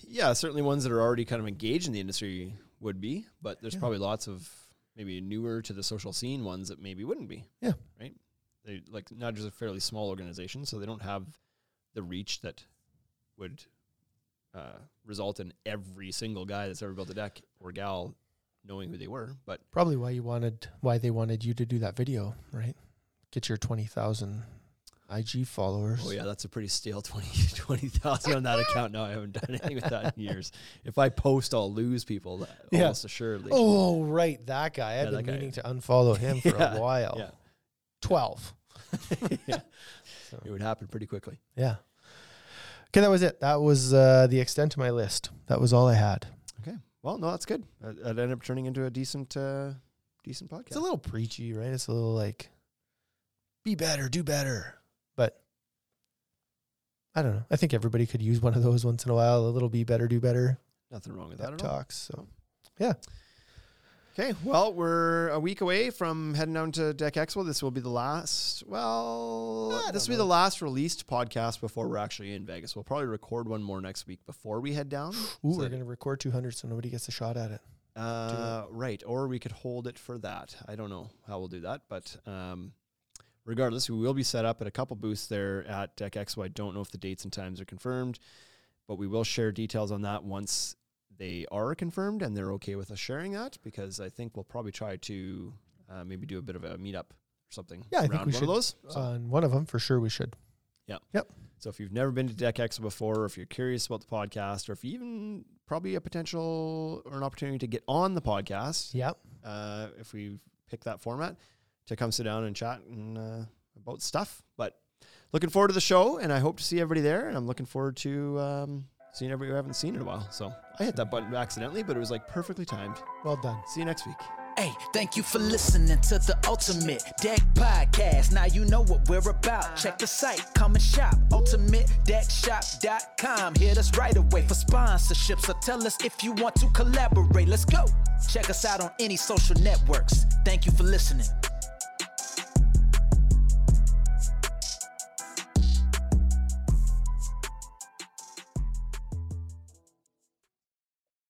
Speaker 2: yeah, certainly ones that are already kind of engaged in the industry would be, but there's
Speaker 3: Yeah.
Speaker 2: probably lots of maybe newer to the social scene ones that maybe wouldn't be.
Speaker 3: Yeah.
Speaker 2: Right. They like Nudge is a fairly small organization, so they don't have the reach that would uh, result in every single guy that's ever built a deck or gal knowing who they were. But
Speaker 3: Probably why you wanted why they wanted you to do that video, right? Get your twenty thousand IG followers.
Speaker 2: oh yeah, that's a pretty stale 20 20,000 on that account. No, I haven't done anything with that in years. If I post, I'll lose people. That,
Speaker 3: Yeah.
Speaker 2: Almost assuredly.
Speaker 3: Oh right, that guy. I've
Speaker 2: Yeah,
Speaker 3: been
Speaker 2: that guy.
Speaker 3: meaning to unfollow him for
Speaker 2: Yeah,
Speaker 3: a while.
Speaker 2: Yeah.
Speaker 3: Twelve.
Speaker 2: yeah. It would happen pretty quickly.
Speaker 3: Yeah. Okay, that was it. That was uh, the extent of my list. That was all I had.
Speaker 2: Okay. Well, no, that's good. Uh, That ended up turning into a decent, uh, decent
Speaker 3: It's
Speaker 2: podcast.
Speaker 3: a little preachy, right? It's a little like, be better, do better. But I don't know. I think everybody could use one of those once in a while. A little be better, do better
Speaker 2: Nothing wrong with that
Speaker 3: pep
Speaker 2: at all.
Speaker 3: talks. So
Speaker 2: Okay. Well, we're a week away from heading down to Deck Expo. This will be the last. Well,
Speaker 3: I
Speaker 2: this
Speaker 3: don't
Speaker 2: will be the
Speaker 3: know.
Speaker 2: last released podcast before we're actually in Vegas. We'll probably record one more next week before we head down.
Speaker 3: ooh,
Speaker 2: So
Speaker 3: we're
Speaker 2: that-
Speaker 3: gonna record 200, so nobody gets a shot at it.
Speaker 2: Uh, right. Or we could hold it for that. I don't know how we'll do that, but um, regardless, we will be set up at a couple booths there at Deck Expo. I don't know if the dates and times are confirmed, but we will share details on that once they are confirmed and they're okay with us sharing that because I think we'll probably try to uh, maybe do a bit of a meetup or something.
Speaker 3: Yeah, I think
Speaker 2: around
Speaker 3: we
Speaker 2: one
Speaker 3: should. uh,
Speaker 2: of those. So-
Speaker 3: On one of them, for sure, we should.
Speaker 2: so if you've never been to Deck Expo before, or if you're curious about the podcast, or if you even probably a potential or an opportunity to get on the podcast,
Speaker 3: Yep.
Speaker 2: uh, if we pick that format to come sit down and chat and uh, about stuff. But looking forward to the show, and I hope to see everybody there. And I'm looking forward to um, seeing everybody who I haven't seen in a while. So I hit that button accidentally, but it was like perfectly timed.
Speaker 3: Well done.
Speaker 2: See you next week.
Speaker 1: Hey, thank you for listening to the Ultimate Deck Podcast. Now you know what we're about. Check the site, come and shop. UltimateDeckShop.com. Hit us right away for sponsorships or tell us if you want to collaborate. Let's go. Check us out on any social networks. Thank you for listening.